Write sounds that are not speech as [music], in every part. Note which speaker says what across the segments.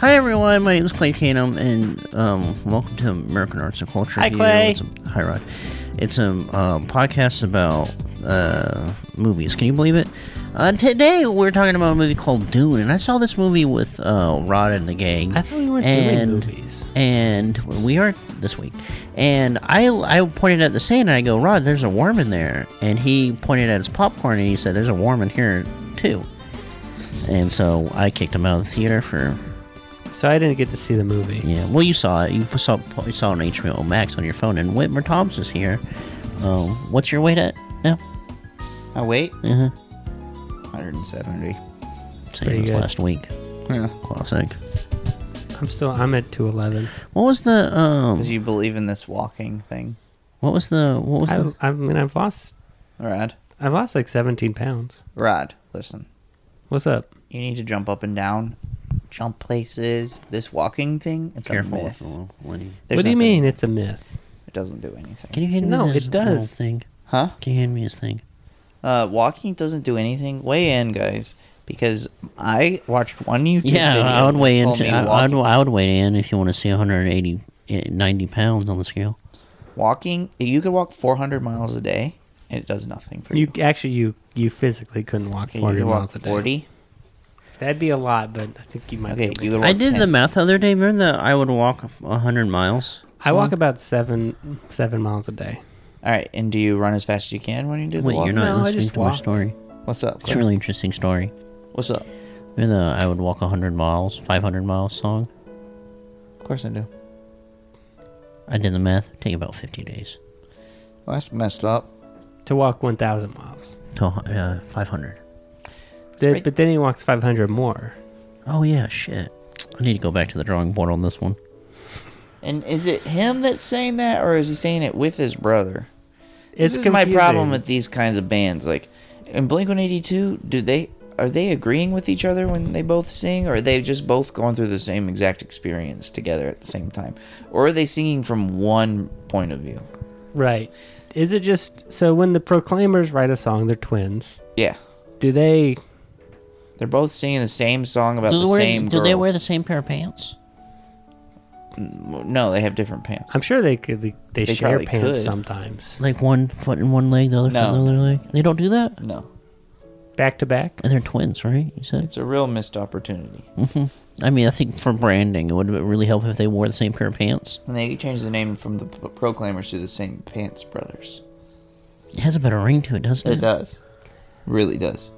Speaker 1: Hi everyone, my name is Clay Canum, and um, welcome to American Arts and Culture.
Speaker 2: Hi,
Speaker 1: Here.
Speaker 2: Clay.
Speaker 1: It's a, hi Rod. It's a uh, podcast about uh, movies. Can you believe it? Uh, today we're talking about a movie called Dune, and I saw this movie with uh, Rod and the gang.
Speaker 2: I thought we weren't
Speaker 1: and,
Speaker 2: doing movies.
Speaker 1: And we are this week. And I I pointed at the sand and I go, Rod, there's a worm in there. And he pointed at his popcorn and he said, There's a worm in here too. And so I kicked him out of the theater for
Speaker 2: So I didn't get to see the movie.
Speaker 1: yeah, well, you saw it. You saw you saw an HBO Max on your phone, and Whitmer Toms is here. Um, what's your weight at now?
Speaker 3: My weight?
Speaker 1: Uh-huh.
Speaker 3: 170.
Speaker 1: Same
Speaker 2: Pretty
Speaker 1: as
Speaker 2: good.
Speaker 1: last week.
Speaker 3: Yeah.
Speaker 1: Classic.
Speaker 2: I'm still I'm at 211.
Speaker 1: What was the um?
Speaker 3: Because you believe in this walking thing,
Speaker 1: What was the what was the?
Speaker 2: I, I mean I've lost
Speaker 3: Rod?
Speaker 2: I've lost like 17 pounds.
Speaker 3: Rod, listen.
Speaker 2: What's up?
Speaker 3: You need to jump up and down, jump places. This walking thing, it's a
Speaker 1: Careful with
Speaker 3: myth.
Speaker 1: the little Lenny.
Speaker 3: There's
Speaker 2: what do you
Speaker 3: nothing-
Speaker 2: mean it's a myth?
Speaker 3: It doesn't do anything.
Speaker 1: Can you hand me
Speaker 2: No,
Speaker 1: this
Speaker 2: it does.
Speaker 1: little thing?
Speaker 3: Huh?
Speaker 1: Can you hand me his thing?
Speaker 3: Uh, walking doesn't do anything. Weigh in, guys, because I watched one YouTube
Speaker 1: Yeah,
Speaker 3: video.
Speaker 1: I would
Speaker 3: that
Speaker 1: weigh in.
Speaker 3: told
Speaker 1: To,
Speaker 3: me
Speaker 1: I, I'd,
Speaker 3: walking,
Speaker 1: I would weigh in if you want to see 180, eh, 90 pounds on the scale.
Speaker 3: walking, you could walk 400 miles a day, and it does nothing for you.
Speaker 2: You actually you you physically couldn't walk
Speaker 3: Okay,
Speaker 2: 40
Speaker 3: could walk
Speaker 2: miles a day.
Speaker 3: 40.
Speaker 2: That'd be a lot, but I think you might
Speaker 3: Okay,
Speaker 2: be
Speaker 3: you could
Speaker 2: able to.
Speaker 3: walk
Speaker 1: I did
Speaker 3: 10.
Speaker 1: the math the other day. Remember that I would walk 100 miles.
Speaker 2: I walk about 7 7 miles a day.
Speaker 3: All right, and do you run as fast as you can when you do the
Speaker 1: Wait,
Speaker 3: walk?
Speaker 1: you're not
Speaker 2: No, I
Speaker 1: listening
Speaker 2: just
Speaker 1: to my
Speaker 2: walk.
Speaker 1: story.
Speaker 3: What's up?
Speaker 1: It's
Speaker 3: Clay?
Speaker 1: a really interesting story.
Speaker 3: What's up?
Speaker 1: Even though I would walk 100 miles, 500 miles song,
Speaker 3: Of course I do.
Speaker 1: I did the math. Take about 50 days
Speaker 3: Well, that's messed up.
Speaker 2: To walk 1000 miles.
Speaker 1: to uh, 500.
Speaker 2: Then-
Speaker 3: right.
Speaker 2: But then he walks 500 more.
Speaker 1: Oh, yeah, shit. I need to go back to the drawing board on this one.
Speaker 3: And is it him that's saying that, or is he saying it with his brother?
Speaker 2: It's
Speaker 3: this is my problem
Speaker 2: confusing.
Speaker 3: with these kinds of bands. Like in Blink One Eighty Two, do they are they agreeing with each other when they both sing, or are they just both going through the same exact experience together at the same time, or are they singing from one point of view?
Speaker 2: Right. Is it just so when the Proclaimers write a song, they're twins?
Speaker 3: Yeah,
Speaker 2: Do they?
Speaker 3: they're both singing the same song about
Speaker 1: Do
Speaker 3: the
Speaker 1: they wear-
Speaker 3: same
Speaker 1: do
Speaker 3: girl.
Speaker 1: they wear the same pair of pants?
Speaker 3: no, they have different pants.
Speaker 2: I'm sure they could. They, they
Speaker 3: They
Speaker 2: share
Speaker 3: probably
Speaker 2: pants
Speaker 3: could.
Speaker 2: sometimes,
Speaker 1: Like one foot in one leg, the other foot in
Speaker 3: No.
Speaker 1: the other leg? They don't do that?
Speaker 3: no,
Speaker 2: back to back.
Speaker 1: And they're twins, right? You said?
Speaker 3: it's a real missed opportunity.
Speaker 1: I mean, I think for branding, it would really help if they wore the same pair of pants.
Speaker 3: And they changed the name from the P- Proclaimers to the same Pants Brothers.
Speaker 1: It has a better ring to it, doesn't it?
Speaker 3: It does. Really does.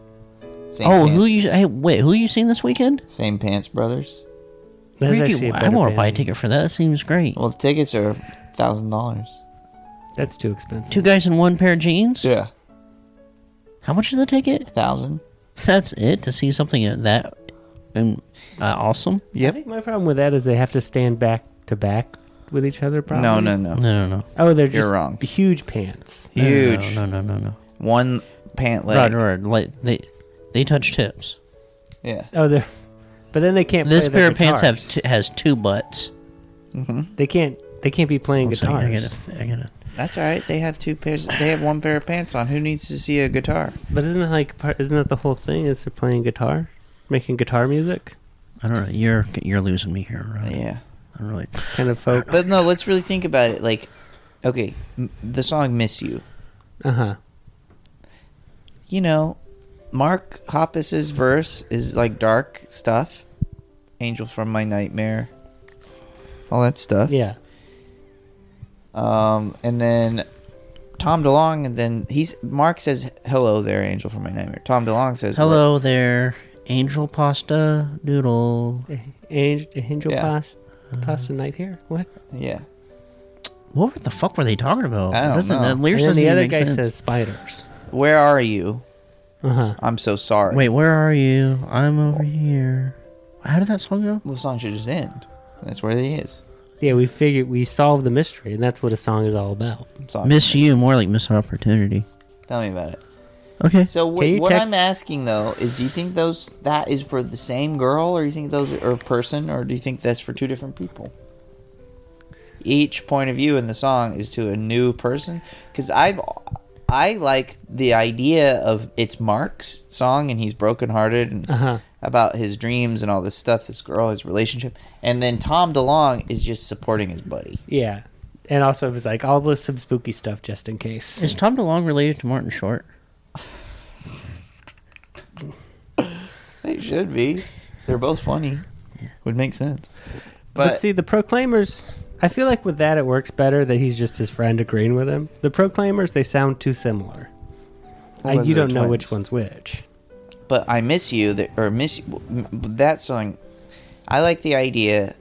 Speaker 3: Same
Speaker 1: Oh,
Speaker 3: pants,
Speaker 1: who you? Hey, wait, who you seen this weekend?
Speaker 3: Same Pants Brothers.
Speaker 2: That's
Speaker 1: Ricky,
Speaker 2: actually a
Speaker 1: I
Speaker 2: better
Speaker 1: want to buy a
Speaker 2: band.
Speaker 1: ticket for that. That seems great.
Speaker 3: Well, the tickets are thousand dollars.
Speaker 2: That's too expensive.
Speaker 1: Two guys in one pair of jeans.
Speaker 3: Yeah,
Speaker 1: How much is the ticket?
Speaker 3: thousand.
Speaker 1: That's it to see something that um, uh, awesome.
Speaker 2: I think my problem with that is they have to stand back to back with each other. Probably.
Speaker 3: No, no, no.
Speaker 1: No, no, no.
Speaker 2: Oh, they're just
Speaker 3: wrong.
Speaker 2: huge pants.
Speaker 3: Huge.
Speaker 1: No, no, no, no. no.
Speaker 3: One pant
Speaker 1: Rod,
Speaker 3: leg.
Speaker 1: Rod, like they they touch tips.
Speaker 3: Yeah.
Speaker 2: Oh, they're. But then they can't.
Speaker 1: This
Speaker 2: play
Speaker 1: pair
Speaker 2: their
Speaker 1: of pants have
Speaker 2: guitars.
Speaker 1: t- has two butts.
Speaker 2: they can't. They can't be playing
Speaker 1: One second, I
Speaker 2: guitars.
Speaker 1: gotta, I gotta.
Speaker 3: That's all right. They have two pairs. They have one pair of pants on. Who needs to see a guitar?
Speaker 2: But isn't that like? part- Isn't that the whole thing? Is they're playing guitar, making guitar music,
Speaker 1: I don't know. You're you're losing me here, Rod.
Speaker 3: Yeah.
Speaker 1: I'm really.
Speaker 2: kind of folk.
Speaker 3: But no, let's really think about it. Like, okay, m- the song "Miss You."
Speaker 2: Uh huh.
Speaker 3: you know, Mark Hoppus's verse is like dark stuff. Angel from my nightmare. All that stuff.
Speaker 2: Yeah.
Speaker 3: Um, and then Tom DeLong and then he's Mark says hello there, Angel from my nightmare. Tom DeLong says
Speaker 1: Hello there, angel pasta noodle.
Speaker 2: Angel, angel
Speaker 3: Yeah.
Speaker 2: past
Speaker 1: Uh-huh.
Speaker 2: pasta night here. What?
Speaker 3: Yeah.
Speaker 1: What were- the fuck were they talking about?
Speaker 3: I don't
Speaker 1: Doesn't-
Speaker 3: know.
Speaker 1: The lyrics doesn't
Speaker 2: and then the
Speaker 1: even
Speaker 2: other
Speaker 1: make
Speaker 2: guy
Speaker 1: sense.
Speaker 2: says spiders.
Speaker 3: Where are you?
Speaker 2: Uh huh.
Speaker 3: I'm so sorry.
Speaker 1: "Wait, where are you? I'm over here." How did that song go?
Speaker 3: Well, the song should just end. That's where he is.
Speaker 2: Yeah, we figured we solved the mystery, and that's what a song is all about.
Speaker 3: Song
Speaker 1: Miss you, more like miss opportunity.
Speaker 3: Tell me about it.
Speaker 1: Okay.
Speaker 3: So
Speaker 2: Can
Speaker 3: wh-
Speaker 2: you
Speaker 3: what
Speaker 2: text-
Speaker 3: I'm asking though is, do you think those that is for the same girl, or you think those are or person, or do you think that's for two different people? Each point of view in the song is to a new person, because I've I like the idea of it's Mark's song and he's brokenhearted and
Speaker 2: Uh huh.
Speaker 3: about his dreams and all this stuff, this girl, his relationship, and then Tom DeLong is just supporting his buddy.
Speaker 2: Yeah. And also, it was like, I'll list some spooky stuff just in case.
Speaker 1: Is Tom DeLong related to Martin Short?
Speaker 3: They should be. They're both funny. Would make sense.
Speaker 2: But,
Speaker 3: But
Speaker 2: see, the Proclaimers, I feel like with that it works better that he's just his friend agreeing with him. The Proclaimers, they sound too similar.
Speaker 3: Well,
Speaker 2: I,
Speaker 3: those
Speaker 2: you
Speaker 3: are
Speaker 2: don't know
Speaker 3: twins.
Speaker 2: which one's which.
Speaker 3: but I miss you that or miss you, m- that song. I like the idea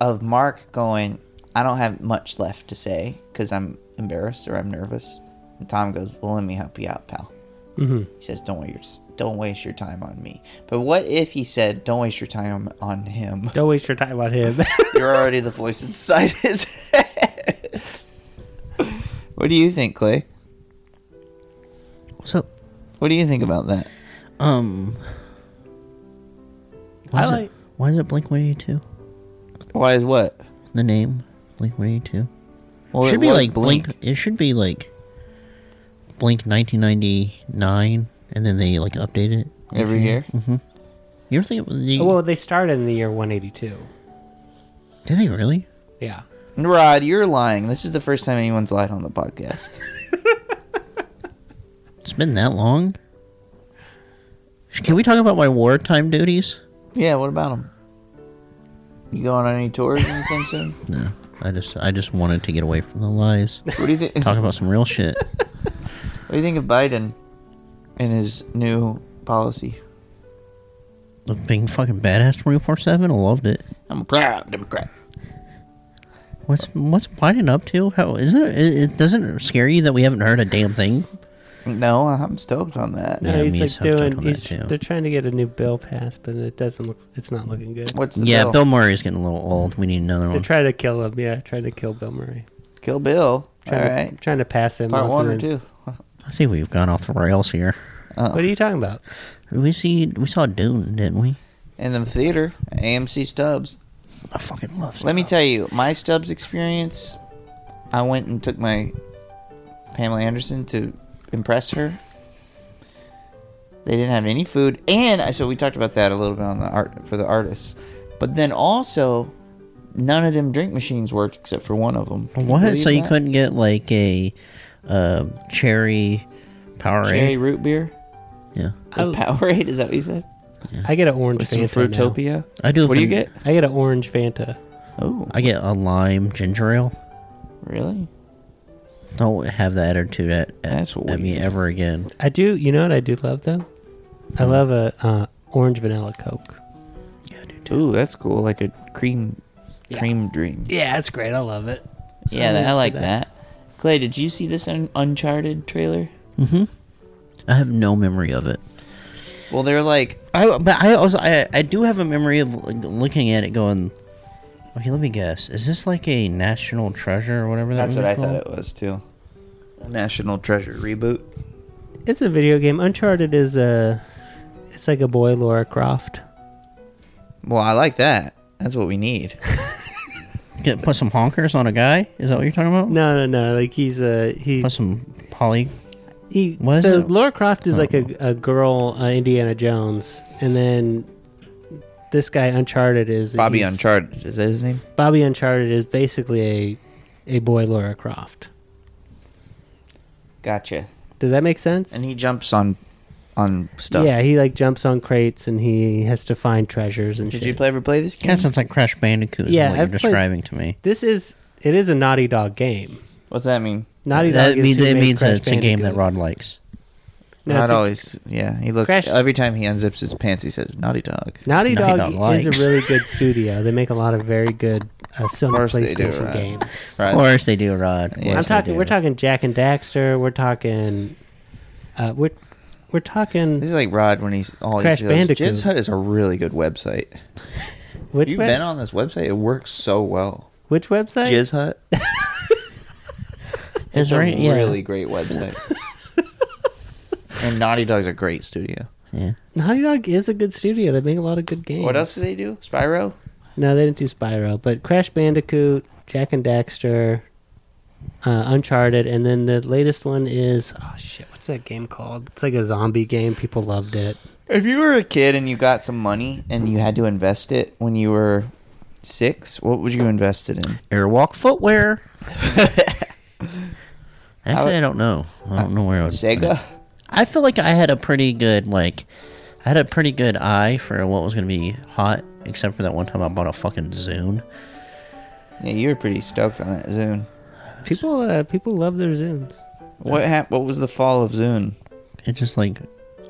Speaker 3: of Mark going. I don't have much left to say because I'm embarrassed or I'm nervous. And Tom goes, "Well, let me help you out, pal." Mm-hmm. He says, "Don't waste your, don't waste your time on me." But what if he said, "Don't waste your time on him"? [laughs]
Speaker 2: Don't waste your time on [laughs] him.
Speaker 3: You're already the voice inside his [laughs] head. what do you think, Clay?
Speaker 1: What's up?
Speaker 3: What do you think about that?
Speaker 1: Um. Why
Speaker 2: I
Speaker 1: is,
Speaker 2: like-
Speaker 1: it, why is it Blink 182?
Speaker 3: Why is what?
Speaker 1: The name Blink 182.
Speaker 3: Well,
Speaker 1: should
Speaker 3: it
Speaker 1: be
Speaker 3: was
Speaker 1: like Blink. It should be like Blink 1999, and then they like update it.
Speaker 3: every year.
Speaker 1: You ever think it was the,
Speaker 2: well, they started in the year 182.
Speaker 1: Did they really?
Speaker 2: Yeah.
Speaker 3: Rod, you're lying. This is the first time anyone's lied on the [laughs] podcast.
Speaker 1: It's been that long. Can we talk about my wartime duties?
Speaker 3: yeah, what about him? You going on any tours anytime soon?
Speaker 1: No, I just I just wanted to get away from the [laughs] lies.
Speaker 3: What do you [laughs] think?
Speaker 1: Talk about some real shit.
Speaker 3: What do you think of Biden and his new policy?
Speaker 1: Of being fucking badass 24 seven. I loved it.
Speaker 3: I'm a proud Democrat.
Speaker 1: What's what's Biden up to? How isn't it? It, it doesn't it scare you that we haven't heard a damn thing.
Speaker 3: No, I'm stoked on that.
Speaker 1: Yeah,
Speaker 2: No, he's
Speaker 1: me
Speaker 2: like
Speaker 1: so I'm talking
Speaker 2: doing.
Speaker 1: about
Speaker 2: He's,
Speaker 1: that too.
Speaker 2: they're trying to get a new bill passed, but it doesn't look. It's not looking good.
Speaker 3: What's the
Speaker 1: yeah,
Speaker 3: bill?
Speaker 1: Bill Murray's getting a little old. We need another
Speaker 2: They're
Speaker 1: one.
Speaker 2: trying to kill him. Yeah, trying to kill Bill Murray.
Speaker 3: Kill Bill. All
Speaker 2: Trying, to,
Speaker 3: right.
Speaker 2: trying to pass him.
Speaker 3: Part
Speaker 2: onto
Speaker 3: one or
Speaker 2: the-
Speaker 3: two.
Speaker 1: I think we've gone off the rails here.
Speaker 2: What are you talking about?
Speaker 1: We see we saw Dune, didn't we?
Speaker 3: And then theater, AMC Stubbs.
Speaker 1: I fucking love.
Speaker 3: Let me tell you, my Stubbs experience, I went and took my Pamela Anderson to impress her. They didn't have any food, and I- so we talked about that a little bit on the art for the artists. But then also, none of them drink machines worked except for one of them.
Speaker 1: What? So you couldn't get like a uh, cherry Powerade?
Speaker 3: cherry root beer
Speaker 1: Yeah,
Speaker 3: with Powerade? Is that what you said?
Speaker 2: I get an orange
Speaker 3: With some
Speaker 2: Fanta. now.
Speaker 3: Fruitopia.
Speaker 1: I do.
Speaker 3: What do you
Speaker 1: van-
Speaker 3: get?
Speaker 2: I get an orange Fanta.
Speaker 3: Oh,
Speaker 1: I get a lime ginger ale.
Speaker 3: really?
Speaker 1: Don't have that attitude at, at,
Speaker 3: That's
Speaker 1: at me
Speaker 3: weird.
Speaker 1: ever again.
Speaker 2: I do. You know what I do love though? I
Speaker 3: Mm.
Speaker 2: love a uh, orange vanilla Coke.
Speaker 3: Ooh, that's cool. Like a cream,
Speaker 2: Yeah.
Speaker 3: cream dream.
Speaker 2: Yeah, it's great. I love it.
Speaker 3: yeah,
Speaker 2: Something
Speaker 3: I like
Speaker 2: that.
Speaker 3: that. Clay, did you see this un- Uncharted trailer?
Speaker 1: I have no memory of it.
Speaker 3: Well, they're like,
Speaker 1: I but I also I, I do have a memory of like, looking at it going. Okay, let me guess. Is this like a national treasure or whatever? That
Speaker 3: that's what I
Speaker 1: movie's
Speaker 3: thought
Speaker 1: called?
Speaker 3: it was too. National Treasure reboot.
Speaker 2: It's a video game. Uncharted is a. It's like a boy Laura Croft.
Speaker 3: Well, I like that. That's what we need.
Speaker 1: Get, put some honkers on a guy. Is that what you're talking about?
Speaker 2: No, no, no. Like he's a he.
Speaker 1: Put some poly.
Speaker 2: he
Speaker 1: What is
Speaker 2: so
Speaker 1: it?
Speaker 2: Laura Croft is like a, a girl uh, Indiana Jones, and then this guy Uncharted is
Speaker 3: Bobby
Speaker 2: he's-
Speaker 3: Uncharted is that his name?
Speaker 2: Bobby Uncharted is basically a a boy Laura Croft.
Speaker 3: Gotcha.
Speaker 2: Does that make sense?
Speaker 3: And he jumps on, on stuff.
Speaker 2: Yeah, he like jumps on crates and he has to find treasures and
Speaker 3: Did
Speaker 2: shit.
Speaker 3: you play, ever play this game?
Speaker 1: Kind of sounds like Crash Bandicoot. Is
Speaker 2: Yeah,
Speaker 1: what you're
Speaker 2: I've played-
Speaker 1: describing to me.
Speaker 2: This is it is a Naughty Dog game.
Speaker 3: What's that mean?
Speaker 2: Naughty
Speaker 1: That
Speaker 2: Dog is
Speaker 1: means
Speaker 2: who
Speaker 1: it
Speaker 2: made
Speaker 1: means
Speaker 2: Crash
Speaker 1: that it's a game that
Speaker 2: Bandicoot.
Speaker 1: Rod likes.
Speaker 2: No,
Speaker 3: Not
Speaker 2: it's a-
Speaker 3: always. Yeah, he looks.
Speaker 2: Crash-
Speaker 3: Every time he unzips his pants, he says "Naughty Dog."
Speaker 2: Naughty
Speaker 1: Naughty
Speaker 2: Dog,
Speaker 1: Dog
Speaker 2: is
Speaker 1: likes.
Speaker 2: a really good studio. They make a lot of very good uh, Sony
Speaker 3: course they do,
Speaker 2: PlayStation
Speaker 3: right.
Speaker 2: games.
Speaker 1: Of
Speaker 3: Right.
Speaker 1: course they do, Rod. Of
Speaker 3: Yeah.
Speaker 2: I'm
Speaker 1: course they
Speaker 2: talking.
Speaker 1: do.
Speaker 2: We're talking Jack and Daxter. We're talking. Uh, we're we're talking.
Speaker 3: this is like Rod when he's all
Speaker 2: Crash
Speaker 3: he goes,
Speaker 2: Bandicoot.
Speaker 3: Jizz Hut is a really good website.
Speaker 2: Which
Speaker 3: You've
Speaker 2: web-
Speaker 3: been on this website. It works so well.
Speaker 2: which website?
Speaker 3: Jizz Hut.
Speaker 1: It's
Speaker 3: It's a
Speaker 1: right- yeah.
Speaker 3: really great [laughs] website. and Naughty Dog's a great studio.
Speaker 1: Yeah.
Speaker 2: Naughty Dog is a good studio. They make a lot of good games.
Speaker 3: What else do they do? Spyro?
Speaker 2: No, they didn't do Spyro, but Crash Bandicoot, Jack and Daxter, uh, Uncharted, and then the latest one is oh shit, what's that game called? It's like a zombie game. People loved it.
Speaker 3: If you were a kid and you got some money and you had to invest it when you were six, what would you invest it in?
Speaker 1: Airwalk
Speaker 3: [laughs]
Speaker 1: footwear. Actually, I, don't know. I don't know where I was.
Speaker 3: Sega?
Speaker 1: I feel like I had a pretty good like, I had a pretty good eye for what was gonna be hot. Except for that one time I bought a fucking Zune.
Speaker 3: Yeah, you were pretty stoked on that Zune.
Speaker 2: People, uh, people love their Zunes.
Speaker 3: What hap- What was the fall of Zune?
Speaker 1: It just like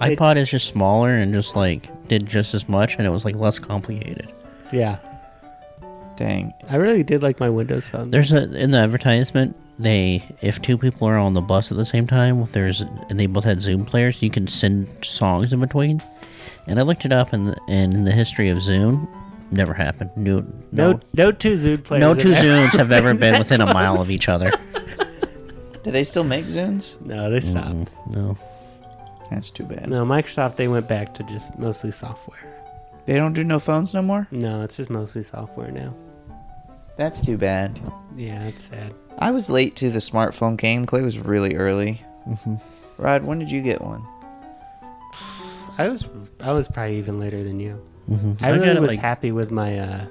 Speaker 1: iPod is just smaller and just like did just as much, and it was like less complicated.
Speaker 2: Yeah,
Speaker 3: Dang.
Speaker 2: I really did like my Windows phone.
Speaker 1: There's a in the advertisement they if two people are on the bus at the same time, there's and they both had Zoom players, you can send songs in between. And I looked it up, and and in the history of Zoom, never happened. No,
Speaker 2: no,
Speaker 1: no,
Speaker 2: no, two Zune players.
Speaker 1: no
Speaker 2: in
Speaker 1: two
Speaker 2: there.
Speaker 1: Zooms have ever
Speaker 2: [laughs]
Speaker 1: been within a mile of each other.
Speaker 3: Do they still make Zunes?
Speaker 2: No, they stopped.
Speaker 1: Mm, No,
Speaker 3: That's too bad.
Speaker 2: No, Microsoft. They went back to just mostly software.
Speaker 3: They don't do no phones no more?
Speaker 2: No, it's just mostly software now.
Speaker 3: That's too bad.
Speaker 2: Yeah, it's sad.
Speaker 3: I was late to the smartphone game. Clay was really early. Rod, when did you get one?
Speaker 2: I was I was probably even later than you.
Speaker 1: Mhm.
Speaker 2: I
Speaker 1: I got
Speaker 2: really
Speaker 1: it,
Speaker 2: was
Speaker 1: like-
Speaker 2: happy with my uh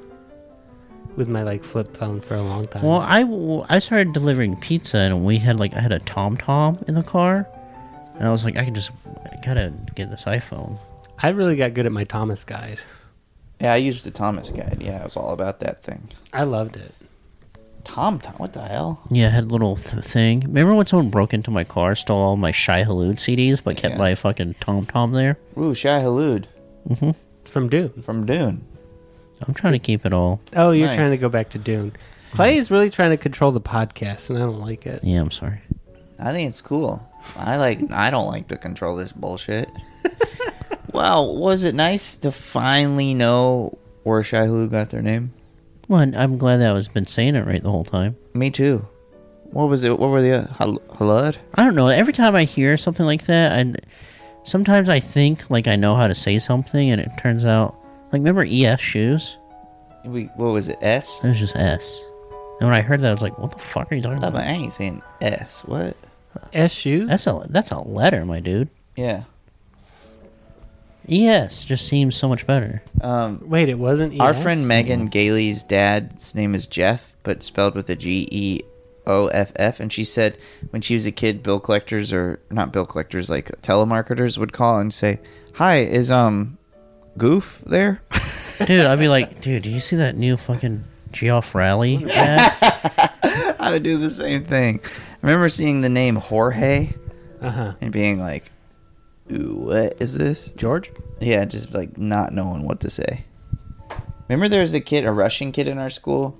Speaker 2: with my like flip phone for a long time.
Speaker 1: Well, I, w- I started delivering pizza, and we had like I had a Tom Tom in the car, and I was like, I can just I gotta get this iPhone.
Speaker 2: I really got good at my Thomas guide.
Speaker 3: Yeah, I used the Thomas guide. Yeah, I was all about that thing.
Speaker 2: I loved it.
Speaker 3: Tom Tom, what the hell?
Speaker 1: Yeah, I had a little th- thing. Remember when someone broke into my car, stole all my Shy Halud CDs, but kept
Speaker 3: Yeah.
Speaker 1: my fucking Tom Tom there?
Speaker 3: Ooh, Shai Halud
Speaker 2: From Dune.
Speaker 3: from Dune.
Speaker 1: I'm trying to keep it all.
Speaker 2: Oh, you're
Speaker 3: Nice.
Speaker 2: trying to go back to Dune. Clay is really trying to control the podcast and I don't like it.
Speaker 1: Yeah, I'm sorry.
Speaker 3: I think it's cool. I like. I don't like to control this [laughs] bullshit. well, was it nice to finally know where Shai Halud got their name?
Speaker 1: Well, and I'm glad that I was been saying it right the whole time.
Speaker 3: Me too. What was it? What were the uh, Hal- Halud?
Speaker 1: I don't know. Every time I hear something like that, and sometimes I think like I know how to say something, and it turns out like remember ES shoes?
Speaker 3: We what was it? S.
Speaker 1: It was just S. And when I heard that, I was like, "What the fuck are you talking
Speaker 3: Oh, but
Speaker 1: about?"
Speaker 3: I ain't saying S. What?
Speaker 2: S shoes?
Speaker 1: That's a that's a letter, my dude.
Speaker 3: Yeah.
Speaker 1: ES just seems so much better.
Speaker 3: Um,
Speaker 2: Wait, it wasn't E
Speaker 3: Our
Speaker 2: ES?
Speaker 3: friend Megan Gailey's dad's name is Jeff, but spelled with a G E O F F. And she said when she was a kid, bill collectors or not bill collectors, like telemarketers would call and say, "Hi, is um Goof there?"
Speaker 1: Dude, I'd be like, [laughs] dude, do you see that new fucking Geoff
Speaker 2: [laughs]
Speaker 1: Rally? ad?"
Speaker 3: [laughs] I would do the same thing. I remember seeing the name Jorge
Speaker 2: Uh-huh.
Speaker 3: and being like, "Ooh, what is this?"
Speaker 2: George?
Speaker 3: Yeah, just like not knowing what to say. Remember, there was a kid, a Russian kid in our school,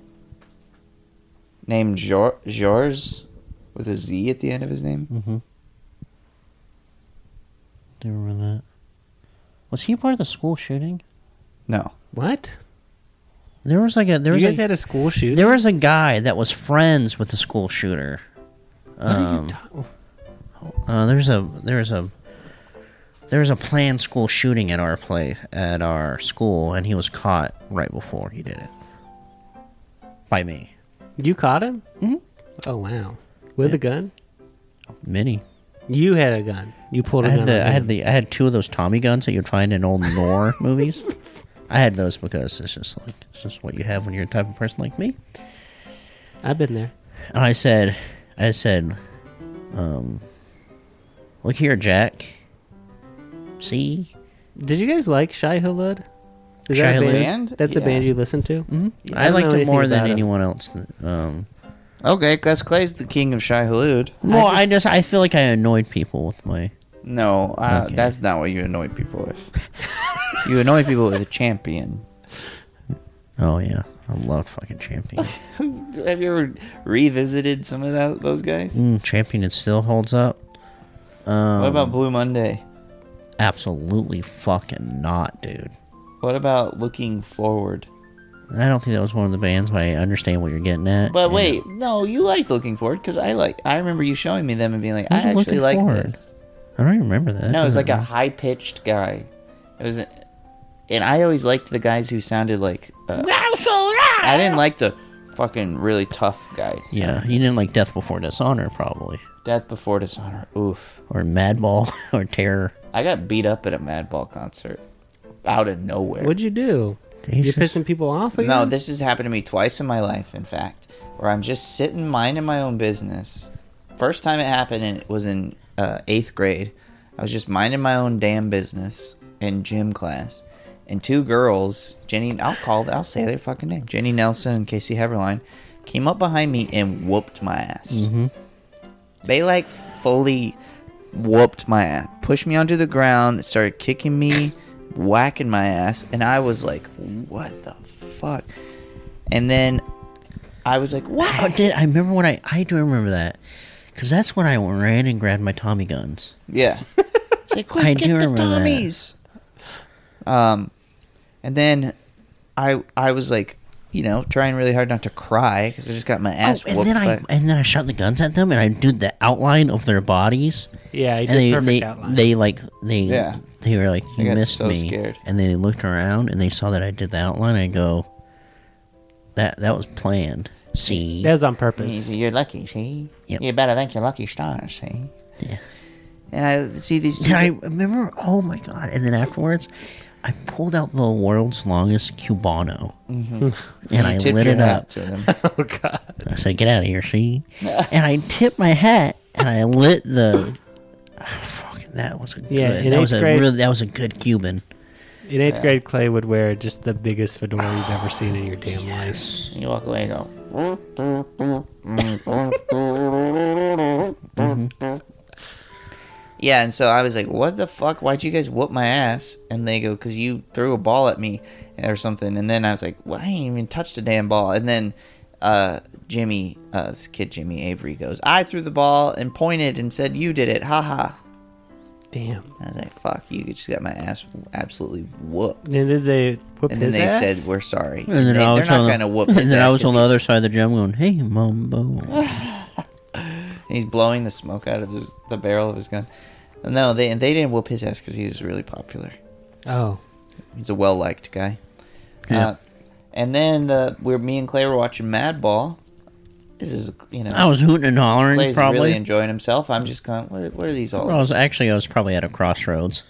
Speaker 3: named Jor- Georges, with a Z at the end of his name.
Speaker 1: Mm-hmm. Do you remember that? Was he a part of the school shooting?
Speaker 3: No,
Speaker 2: What?
Speaker 1: There was like a there
Speaker 2: You
Speaker 1: was
Speaker 2: guys
Speaker 1: a,
Speaker 2: had a school shoot?
Speaker 1: there was a guy that was friends with the school shooter.
Speaker 2: What are you
Speaker 1: Um,
Speaker 2: ta-
Speaker 1: uh, there's a there's a there was a planned school shooting at our place at our school, and he was caught right before he did it by me.
Speaker 2: You caught him? Mm-hmm. Oh wow. With a gun?
Speaker 1: Many.
Speaker 2: You had a gun. You pulled a
Speaker 1: I had
Speaker 2: gun.
Speaker 1: the
Speaker 2: on
Speaker 1: I had
Speaker 2: him.
Speaker 1: the I had two of those Tommy guns that you'd find in old
Speaker 2: [laughs]
Speaker 1: Nor movies. I had those because it's just like it's just what you have when you're the type of person like me.
Speaker 2: I've been there.
Speaker 1: And I said, I said, um, look here, Jack. See,
Speaker 2: Did you guys like Shai Hulud? Is
Speaker 1: Shai
Speaker 2: that a
Speaker 1: Hulud?
Speaker 2: band?
Speaker 3: Band?
Speaker 2: That's a
Speaker 3: Yeah.
Speaker 2: band you listen to? I
Speaker 1: Mm-hmm. I,
Speaker 2: don't
Speaker 1: liked
Speaker 2: know
Speaker 1: it more
Speaker 2: anything
Speaker 1: than
Speaker 2: about him.
Speaker 1: anyone else. Um,
Speaker 3: okay, Gus Clay's the king of Shai Halud.
Speaker 1: well, I just, I feel like I annoyed people with my.
Speaker 3: No, uh,
Speaker 1: Okay.
Speaker 3: that's not what you annoy people [laughs] with. you annoy people with a champion.
Speaker 1: Oh yeah, I love fucking Champion.
Speaker 3: Have you ever revisited some of tho- those
Speaker 1: [laughs]
Speaker 3: guys?
Speaker 1: mm, Champion it still holds up. Um,
Speaker 3: What about Blue Monday?
Speaker 1: absolutely fucking not, dude.
Speaker 3: What about Looking Forward?
Speaker 1: I don't think that was one of the bands, but I understand what you're getting at.
Speaker 3: But
Speaker 1: and-
Speaker 3: wait, no, you liked Looking Forward because I like. I remember you showing me them and being like, I
Speaker 1: Who's
Speaker 3: actually
Speaker 1: Looking
Speaker 3: like
Speaker 1: Forward?
Speaker 3: this.
Speaker 1: I don't even remember that.
Speaker 3: No, it was like a
Speaker 1: Doesn't-
Speaker 3: high pitched guy. It was, and I always liked the guys who sounded like. Uh, I didn't like the fucking really tough guys.
Speaker 1: Yeah, you didn't like Death Before Dishonor, probably,
Speaker 3: Death Before Dishonor. Oof.
Speaker 1: or Madball, [laughs] or Terror.
Speaker 3: I got beat up at a Madball concert out of nowhere.
Speaker 2: What'd you do?
Speaker 1: Jesus.
Speaker 2: You're pissing people off again?
Speaker 3: No, this has happened to me twice in my life, in fact, where I'm just sitting minding my own business. First time it happened, and it was in uh, eighth grade. I was just minding my own damn business in gym class, and two girls, Jenny, I'll call, I'll say their fucking name, Jenny Nelson and Casey Heverline, came up behind me and whooped my ass. They like fully whooped my ass, pushed me onto the ground, started kicking me, [laughs] whacking my ass, and I was like, "What the fuck?" And then I was like,
Speaker 1: How
Speaker 3: "Wow!"
Speaker 1: Oh, did I remember when I? I do remember that, because that's when I ran and grabbed my Tommy guns.
Speaker 3: Yeah, it's like,
Speaker 1: [laughs]
Speaker 3: "Quick,
Speaker 1: I
Speaker 3: get
Speaker 1: do
Speaker 3: the
Speaker 1: remember that.
Speaker 3: Tommies!" Um, and then I I was like, you know, trying really hard not to cry because I just got my ass
Speaker 1: oh, and
Speaker 3: whooped.
Speaker 1: then I
Speaker 3: by-
Speaker 1: and then I shot the guns at them, and I did the outline of their bodies.
Speaker 2: Yeah, I did
Speaker 1: and they
Speaker 2: perfect
Speaker 1: they,
Speaker 2: outline.
Speaker 1: they like they
Speaker 3: Yeah.
Speaker 1: they were like
Speaker 3: I
Speaker 1: you
Speaker 3: got
Speaker 1: missed
Speaker 3: so
Speaker 1: me
Speaker 3: scared.
Speaker 1: and they looked around and they saw that I did the outline and I go that that was planned see
Speaker 2: that was on purpose.
Speaker 3: You're lucky, see.
Speaker 1: Yep.
Speaker 3: You better thank your lucky stars, see.
Speaker 1: Yeah.
Speaker 3: And I see these.
Speaker 1: And [laughs] I remember oh my god and then afterwards I pulled out the world's longest cubano [laughs] and I
Speaker 3: Tip
Speaker 1: lit
Speaker 3: Mm-hmm. your
Speaker 1: it
Speaker 3: hat
Speaker 1: up
Speaker 3: to them.
Speaker 2: [laughs] Oh, God.
Speaker 1: I said get out of here
Speaker 3: [laughs]
Speaker 1: see and I tipped my hat and I lit the [sighs] fuck that was a good
Speaker 2: Yeah, in
Speaker 1: that
Speaker 2: eighth
Speaker 1: was a
Speaker 2: grade-
Speaker 1: really, that was a good Cuban
Speaker 2: In eighth grade, Clay would wear just the biggest fedora you've ever seen in your damn life.
Speaker 3: You walk away and go.
Speaker 1: Mm-hmm.
Speaker 3: Yeah, and so I was like, "What the fuck? Why'd you guys whoop my ass?" And they go, "Cause you threw a ball at me or something." And then I was like, "Well, I ain't even touched a damn ball." And then uh, Jimmy, uh, this kid Jimmy Avery goes, "I threw the ball and pointed and said you did it." Ha ha.
Speaker 2: Damn.
Speaker 3: I was like, "Fuck, you just got my ass absolutely whooped."
Speaker 2: And then they whoop
Speaker 3: And then
Speaker 2: his
Speaker 3: they
Speaker 2: ass?
Speaker 3: said, "We're sorry."
Speaker 1: And then
Speaker 3: they,
Speaker 1: I
Speaker 3: are
Speaker 1: was
Speaker 3: not
Speaker 1: on the,
Speaker 3: gonna
Speaker 1: [laughs]
Speaker 3: whoop
Speaker 1: and
Speaker 3: his
Speaker 1: then
Speaker 3: ass
Speaker 1: I was
Speaker 3: 'cause
Speaker 1: on
Speaker 3: he
Speaker 1: the other side of the gym going, "Hey, Mumbo."
Speaker 3: [sighs] and he's blowing the smoke out of his, the barrel of his gun. No, they they didn't whoop his ass because he was really popular.
Speaker 2: Oh.
Speaker 3: He's a well liked guy.
Speaker 1: Yeah.
Speaker 3: Uh, and then the, we're me and Clay were watching Madball. This is you know
Speaker 1: I was hooting and hollering.
Speaker 3: Clay's
Speaker 1: probably.
Speaker 3: really enjoying himself. I'm just going. What, are- what are these all?
Speaker 1: Well, I was actually I was probably at a crossroads.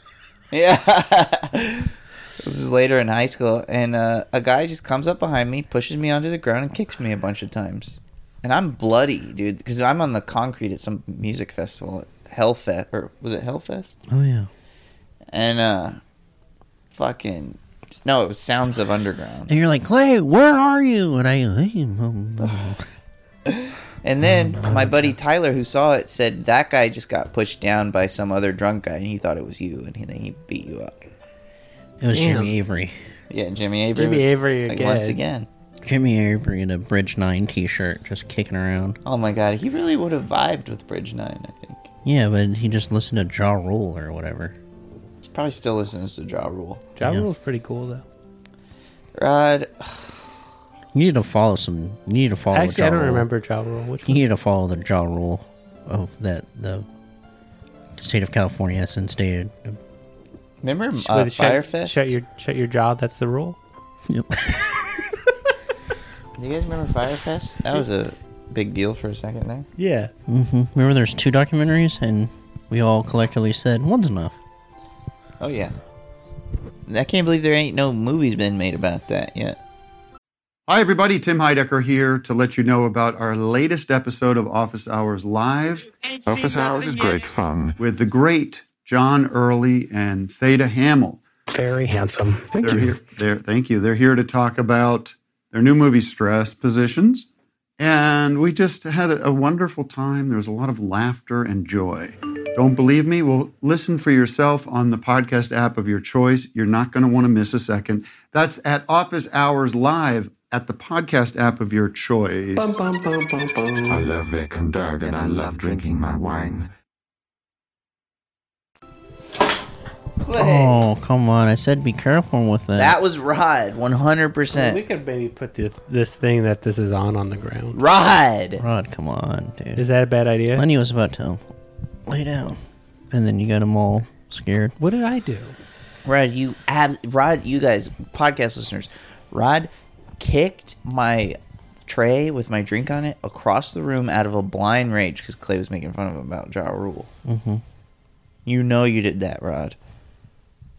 Speaker 3: Yeah. [laughs] this is later in high school, and uh, a guy just comes up behind me, pushes me onto the ground, and kicks me a bunch of times. And I'm bloody, dude, because I'm on the concrete at some music festival at Hellfest, or was it Hellfest?
Speaker 1: Oh yeah.
Speaker 3: And uh, fucking no, it was Sounds of Underground.
Speaker 1: And you're like, "Clay, where are you?" And I, go, "Hey, Mumbo."
Speaker 3: [sighs] And then my buddy Tyler, who saw it, said that guy just got pushed down by some other drunk guy, and he thought it was you, and he, then he beat you up.
Speaker 1: It was
Speaker 2: Damn.
Speaker 1: Jimmy Avery.
Speaker 3: Yeah, Jimmy Avery.
Speaker 2: Jimmy Avery
Speaker 3: like,
Speaker 2: again.
Speaker 3: once again.
Speaker 1: Jimmy Avery in a Bridge Nine T-shirt, just kicking around.
Speaker 3: Oh my god, he really would have vibed with Bridge Nine, I think.
Speaker 1: Yeah, but he just listened to Jaw Rule or whatever.
Speaker 3: He probably still listens to Ja Rule.
Speaker 2: Ja
Speaker 1: Yeah.
Speaker 2: Rule's pretty cool, though.
Speaker 3: Rod,
Speaker 1: You need to follow some. You need to follow.
Speaker 2: Actually,
Speaker 1: Oh, Ja
Speaker 2: I don't
Speaker 1: Rule.
Speaker 2: remember Ja Rule. Which
Speaker 1: You
Speaker 2: one?
Speaker 1: need to follow the Jaw Rule of that the state of California has instated.
Speaker 3: remember uh,
Speaker 2: With shut,
Speaker 3: Firefest?
Speaker 2: Shut your, shut your jaw. That's the rule.
Speaker 1: Yep.
Speaker 3: Do you guys remember Firefest? That was a big deal for a second there.
Speaker 2: Yeah.
Speaker 1: hmm Remember, there's two documentaries, and we all collectively said one's enough.
Speaker 3: Oh yeah. I can't believe there ain't no movies been made about that yet.
Speaker 4: Hi, everybody. Tim Heidecker here to let you know about our latest episode of Office Hours Live
Speaker 5: Office hours is great fun.
Speaker 4: with the great John Early and Theta Hamill.
Speaker 6: Very handsome. Thank
Speaker 4: They're here. They're, thank you. They're here to talk about their new movie, Stress Positions. And we just had a, a wonderful time. There was a lot of laughter and joy. Don't believe me? Well, listen for yourself on the podcast app of your choice. You're not going to want to miss a second. That's at Office Hours Live at the podcast app of your choice.
Speaker 5: I love Vic and Doug, and I love drinking my wine.
Speaker 1: Oh, come on! I said be careful with that.
Speaker 3: That was Rod, one hundred
Speaker 2: We
Speaker 3: percent.
Speaker 2: could maybe put the, this thing that this is on on the ground.
Speaker 3: Rod.
Speaker 1: [laughs] Rod, come on, dude.
Speaker 2: Is that a bad idea?
Speaker 1: Lenny was about to lay down, and then you got them all scared.
Speaker 2: What did I do?
Speaker 3: Rod, you ab- Rod, you guys, podcast listeners, Rod kicked my tray with my drink on it
Speaker 1: Mm-hmm.
Speaker 3: across the room out of a blind rage because Clay was making fun of him about Ja Rule. You know you did that, Rod.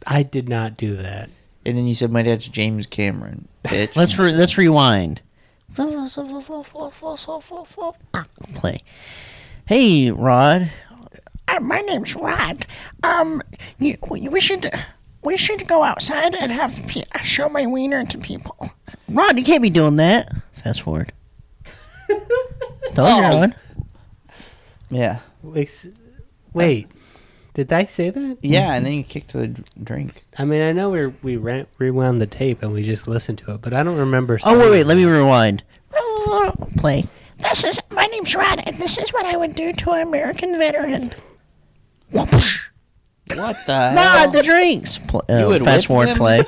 Speaker 2: I did not do that.
Speaker 3: And then you said my dad's James Cameron.
Speaker 1: [laughs]
Speaker 3: Bitch.
Speaker 1: Let's re- let's rewind. Play. Hey, Rod.
Speaker 6: Uh, my name's Rod. Um, you, we should we should go outside and have pe- show my wiener to people.
Speaker 1: Rod, you can't be doing that. Fast
Speaker 6: [laughs]
Speaker 1: forward. Told you,
Speaker 6: Oh.
Speaker 1: Rod.
Speaker 3: yeah.
Speaker 2: Ex- Wait, did I say that?
Speaker 3: Yeah, and then you kicked the d- drink.
Speaker 2: I mean, I know we we re- rewound the tape and we just listened to it, but I don't remember.
Speaker 1: Oh wait, wait. Let me rewind. Play.
Speaker 6: Oh. This is my name's Rod, and this is what I would do to an American veteran.
Speaker 3: What
Speaker 1: [laughs]
Speaker 3: the
Speaker 1: Ah,
Speaker 3: hell?
Speaker 1: the drinks. Pl- uh,
Speaker 3: would
Speaker 1: fast forward.
Speaker 3: whip them? [laughs]
Speaker 1: Play.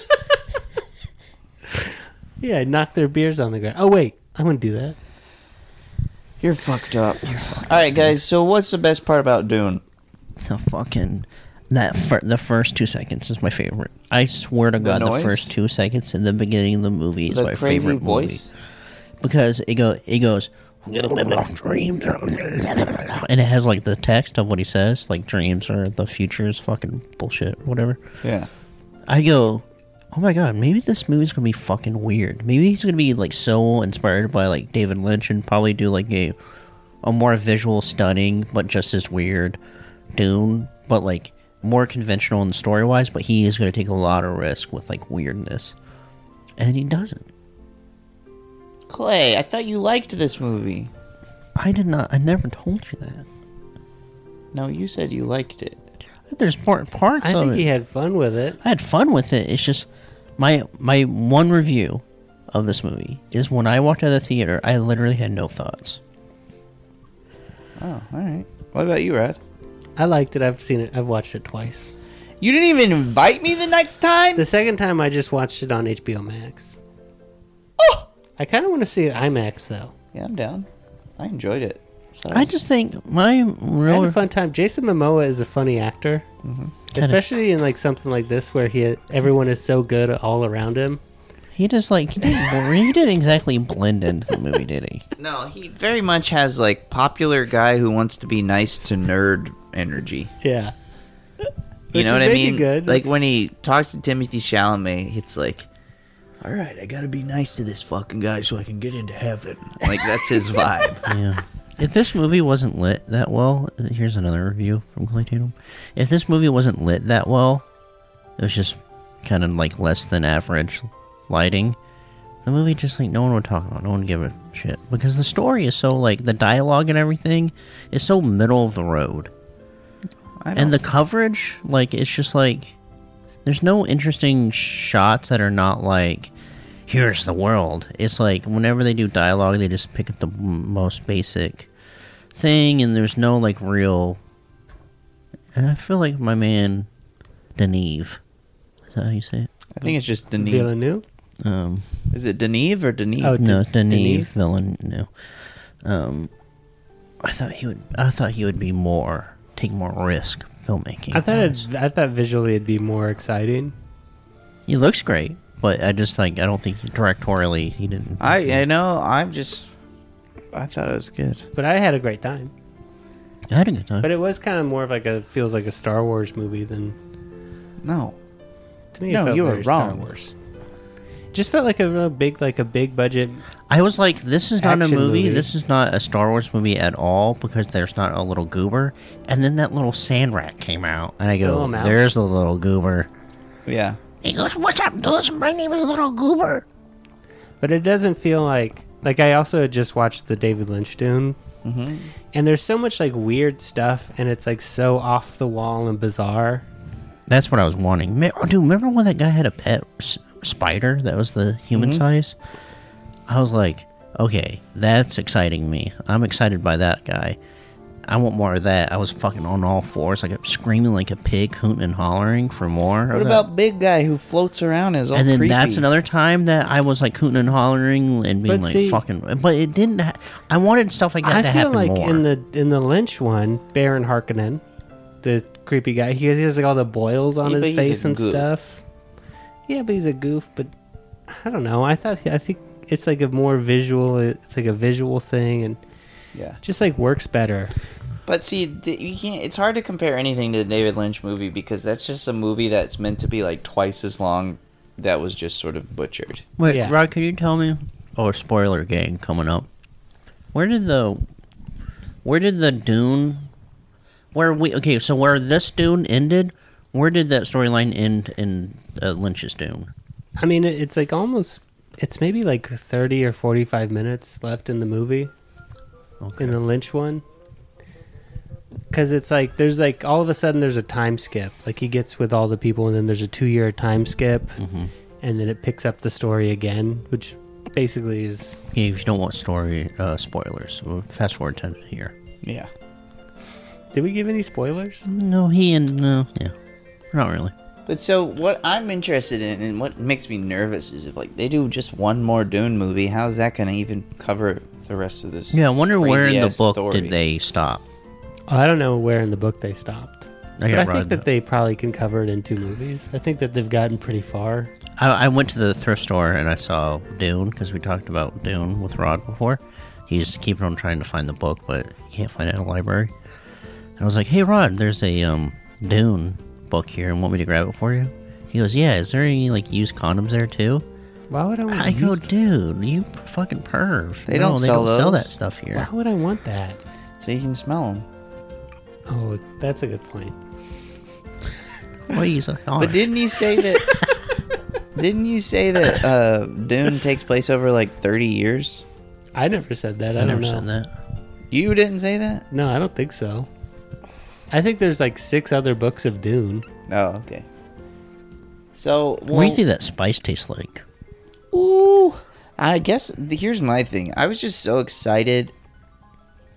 Speaker 2: Yeah, I knocked their beers on the ground. Oh wait, I'm gonna do that.
Speaker 3: You're fucked up. All right, guys. So what's the best part about Dune?
Speaker 1: the fucking that fir- the first two seconds is my favorite. I swear to God,
Speaker 3: noise?
Speaker 1: the first two seconds in the beginning of the movie is
Speaker 3: The
Speaker 1: my
Speaker 3: crazy
Speaker 1: favorite
Speaker 3: voice.
Speaker 1: movie because it go it goes
Speaker 6: Dreams are
Speaker 1: and it has like the text of what he says, like dreams or the future is fucking bullshit, whatever.
Speaker 3: Yeah.
Speaker 1: I go, oh my god, maybe this movie's gonna be fucking weird. Maybe he's gonna be like so inspired by like David Lynch and probably do like a a more visual stunning but just as weird Dune, but like more conventional and story wise. But he is gonna take a lot of risk with like weirdness, and he doesn't.
Speaker 3: Clay, I thought you liked this movie.
Speaker 1: I did not. I never told you that.
Speaker 3: No, you said you liked it.
Speaker 1: There's part parts
Speaker 2: I
Speaker 1: of
Speaker 2: think
Speaker 1: it.
Speaker 2: he had fun with it.
Speaker 1: I had fun with it. It's just my my one review of this movie is when I walked out of the theater, I literally had no thoughts.
Speaker 3: Oh, all right. What about you, Rod?
Speaker 2: I liked it. I've seen it. I've watched it twice.
Speaker 3: You didn't even invite me the next time.
Speaker 2: The second time, I just watched it on HBO Max.
Speaker 1: Oh!
Speaker 2: I kind of want to see it IMAX though.
Speaker 3: Yeah, I'm down. I enjoyed it. So-
Speaker 1: I just think my
Speaker 2: I had
Speaker 1: real
Speaker 2: a fun time. Jason Momoa is a funny actor, Mm-hmm. especially in like something like this where he everyone is so good all around him.
Speaker 1: he just like he didn't, he didn't exactly blend into the movie, did he?
Speaker 3: no. He very much has like popular guy who wants to be nice to nerd energy.
Speaker 2: Yeah,
Speaker 3: You
Speaker 2: Which
Speaker 3: know
Speaker 2: is
Speaker 3: what I
Speaker 2: maybe
Speaker 3: mean?
Speaker 2: good.
Speaker 3: Like when he talks to Timothy Chalamet, it's like, "All right, I gotta be nice to this fucking guy so I can get into heaven." Like that's [laughs] his vibe.
Speaker 1: Yeah. If this movie wasn't lit that well, here's another review from Clay Tatum. If this movie wasn't lit that well, it was just kind of like less than average lighting. The movie just like no one would talk about, it, no one would give a shit because the story is so like the dialogue and everything is so middle of the road,
Speaker 3: I don't,
Speaker 1: and the coverage like it's just like there's no interesting shots that are not like here's the world. It's like whenever they do dialogue, they just pick up the m- most basic thing, and there's no like real. And I feel like my man, Deneve, is that how you say it?
Speaker 3: I think it's just Deneve.
Speaker 2: Villeneuve.
Speaker 1: Um,
Speaker 3: Is it Deneve or Deneve?
Speaker 2: Oh,
Speaker 1: no,
Speaker 2: Den-
Speaker 1: Deneve
Speaker 2: Deneve?
Speaker 1: villain. No, um, I thought he would. I thought he would be more take more risk filmmaking.
Speaker 2: I thought
Speaker 1: wise.
Speaker 2: it. I thought visually it'd be more exciting.
Speaker 1: he looks great, but I just like I don't think he, directorially he didn't.
Speaker 3: I I know. I'm just. I thought it was good.
Speaker 2: But I had a great time.
Speaker 1: I had a good time.
Speaker 2: But it was kind of more of like a feels like a Star Wars movie than
Speaker 3: No,
Speaker 2: to me. it
Speaker 3: No,
Speaker 2: felt
Speaker 3: you were
Speaker 2: very Star
Speaker 3: wrong.
Speaker 2: Wars. Just felt like a real big, like a big budget.
Speaker 1: I was like, this is not a
Speaker 2: Action
Speaker 1: movie.
Speaker 2: movie.
Speaker 1: This is not a Star Wars movie at all because there's not a little goober. And then that little sand rat came out, and I go,
Speaker 2: little Oh, mouse.
Speaker 1: there's the little goober.
Speaker 3: Yeah.
Speaker 6: He goes, "What's up, dudes? My name is Little Goober."
Speaker 2: But it doesn't feel like like I also had just watched the David Lynch Dune,
Speaker 3: Mm-hmm.
Speaker 2: and there's so much like weird stuff, and it's like so off the wall and bizarre.
Speaker 1: That's what I was wanting. Me- oh, dude, remember when that guy had a pet s- spider that was the human
Speaker 2: Mm-hmm.
Speaker 1: size? I was like, okay, that's exciting me. I'm excited by that guy. I want more of that. I was fucking on all fours, like screaming like a pig, hooting and hollering for more.
Speaker 3: What
Speaker 1: of that.
Speaker 3: about big guy who floats around as all
Speaker 1: and then
Speaker 3: creepy?
Speaker 1: that's another time that I was like hooting and hollering and being
Speaker 2: But
Speaker 1: like
Speaker 2: see-
Speaker 1: fucking. But it didn't. Ha- I wanted stuff like that
Speaker 2: I
Speaker 1: to
Speaker 2: feel
Speaker 1: happen
Speaker 2: like
Speaker 1: more.
Speaker 2: in the in the Lynch one, Baron Harkonnen, the creepy guy, he has, he has like all the boils on
Speaker 3: Yeah, but
Speaker 2: his
Speaker 3: he's a
Speaker 2: face and
Speaker 3: goof.
Speaker 2: stuff. Yeah, but he's a goof. But I don't know. I thought I think it's like a more visual. It's like a visual thing and
Speaker 3: Yeah.
Speaker 2: just like works better.
Speaker 3: But see, d- you can't. It's hard to compare anything to the David Lynch movie because that's just a movie that's meant to be like twice as long. That was just sort of butchered.
Speaker 1: Wait,
Speaker 2: Yeah.
Speaker 1: Rod, can you tell me? Oh, spoiler gang coming up. Where did the where did the Dune where we okay? So where this Dune ended, where did that storyline end in uh, Lynch's Dune?
Speaker 2: I mean, it- it's like almost. It's maybe like thirty or forty-five minutes left in the movie,
Speaker 1: Okay.
Speaker 2: in the Lynch one. Because it's like there's like all of a sudden there's a time skip. Like he gets with all the people, and then there's a two-year time skip,
Speaker 1: Mm-hmm.
Speaker 2: and then it picks up the story again, which basically is
Speaker 1: Okay, if you don't want story uh, spoilers, well, fast forward to here.
Speaker 3: Yeah.
Speaker 2: Did we give any spoilers?
Speaker 1: No, he and no, yeah, not really.
Speaker 3: But so what I'm interested in and what makes me nervous is if like they do just one more Dune movie, how's that going to even cover the rest of this?
Speaker 1: Yeah, I wonder where in the
Speaker 3: crazy-ass
Speaker 1: book
Speaker 3: story?
Speaker 1: did they stop.
Speaker 2: I don't know where in the book they stopped.
Speaker 1: I
Speaker 2: but
Speaker 1: got
Speaker 2: I
Speaker 1: Rod.
Speaker 2: think that they probably can cover it in two movies. I think that they've gotten pretty far.
Speaker 1: I, I went to the thrift store and I saw Dune because we talked about Dune with Rod before. He's keeping on trying to find the book, but he can't find it in the library. And I was like, "Hey, Rod, there's a um, Dune book here, and want me to grab it for you?" He goes, "Yeah. Is there any like used condoms there too?"
Speaker 2: Why would I want?
Speaker 1: I go,
Speaker 2: used-
Speaker 1: "Dude, you fucking perv.
Speaker 3: Hmm, They don't
Speaker 1: they
Speaker 3: sell
Speaker 1: don't sell
Speaker 3: those.
Speaker 1: that stuff here."
Speaker 2: Why would I want that?
Speaker 3: So you can smell them.
Speaker 2: Oh, that's a good point.
Speaker 1: What are you so
Speaker 3: [laughs] But didn't you
Speaker 1: [laughs]
Speaker 3: say that? didn't you say that uh, Dune takes place over like 30 years?
Speaker 2: I never said that.
Speaker 1: I
Speaker 2: I, don't
Speaker 1: never
Speaker 2: know.
Speaker 1: said that.
Speaker 3: You didn't say that?
Speaker 2: No, I don't think so. I think there's like six other books of Dune.
Speaker 3: Oh, okay. So well,
Speaker 1: What do you think that spice tastes like?
Speaker 3: Ooh, I guess th- here's my thing. I was just so excited.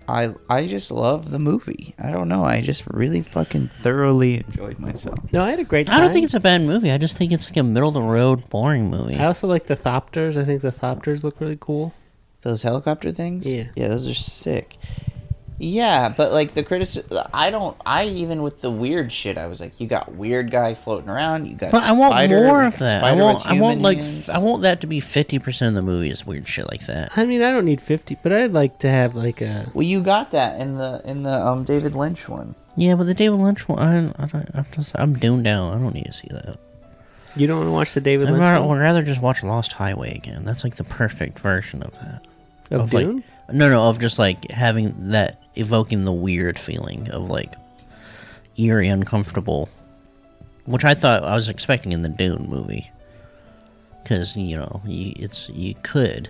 Speaker 3: I I just love the movie. I don't know. I just really fucking thoroughly enjoyed myself.
Speaker 2: No, I had a great time.
Speaker 1: I don't think it's a bad movie. I just think it's like a middle of the road, boring movie.
Speaker 2: I also like the Thopters. I think the Thopters look really cool.
Speaker 3: Those helicopter things.
Speaker 2: Yeah.
Speaker 3: yeah, those are sick. Yeah, but like the criticism, I don't. I even with the weird shit, I was like, you got weird guy floating around. You got.
Speaker 1: But I want
Speaker 3: spider-
Speaker 1: more of that. I
Speaker 3: spider with
Speaker 1: want, I want
Speaker 3: human
Speaker 1: like,
Speaker 3: hands.
Speaker 1: f- I want that to be fifty percent of the movie is weird shit like that.
Speaker 2: I mean, I don't need fifty, but I'd like to have like a.
Speaker 3: Well, you got that in the in the um David Lynch one.
Speaker 1: Yeah, but the David Lynch one, I, I don't, I'm just, I'm doing down. I don't need to see that.
Speaker 2: You don't want to watch the David
Speaker 1: I'd
Speaker 2: Lynch
Speaker 1: rather,
Speaker 2: one?
Speaker 1: would rather just watch Lost Highway again. That's like the perfect version of that.
Speaker 2: of,
Speaker 1: like,
Speaker 2: Dune?
Speaker 1: no, no, of just like having that evoking the weird feeling of like eerie, uncomfortable, which I thought I was expecting in the Dune movie. Because you know, you, it's you could.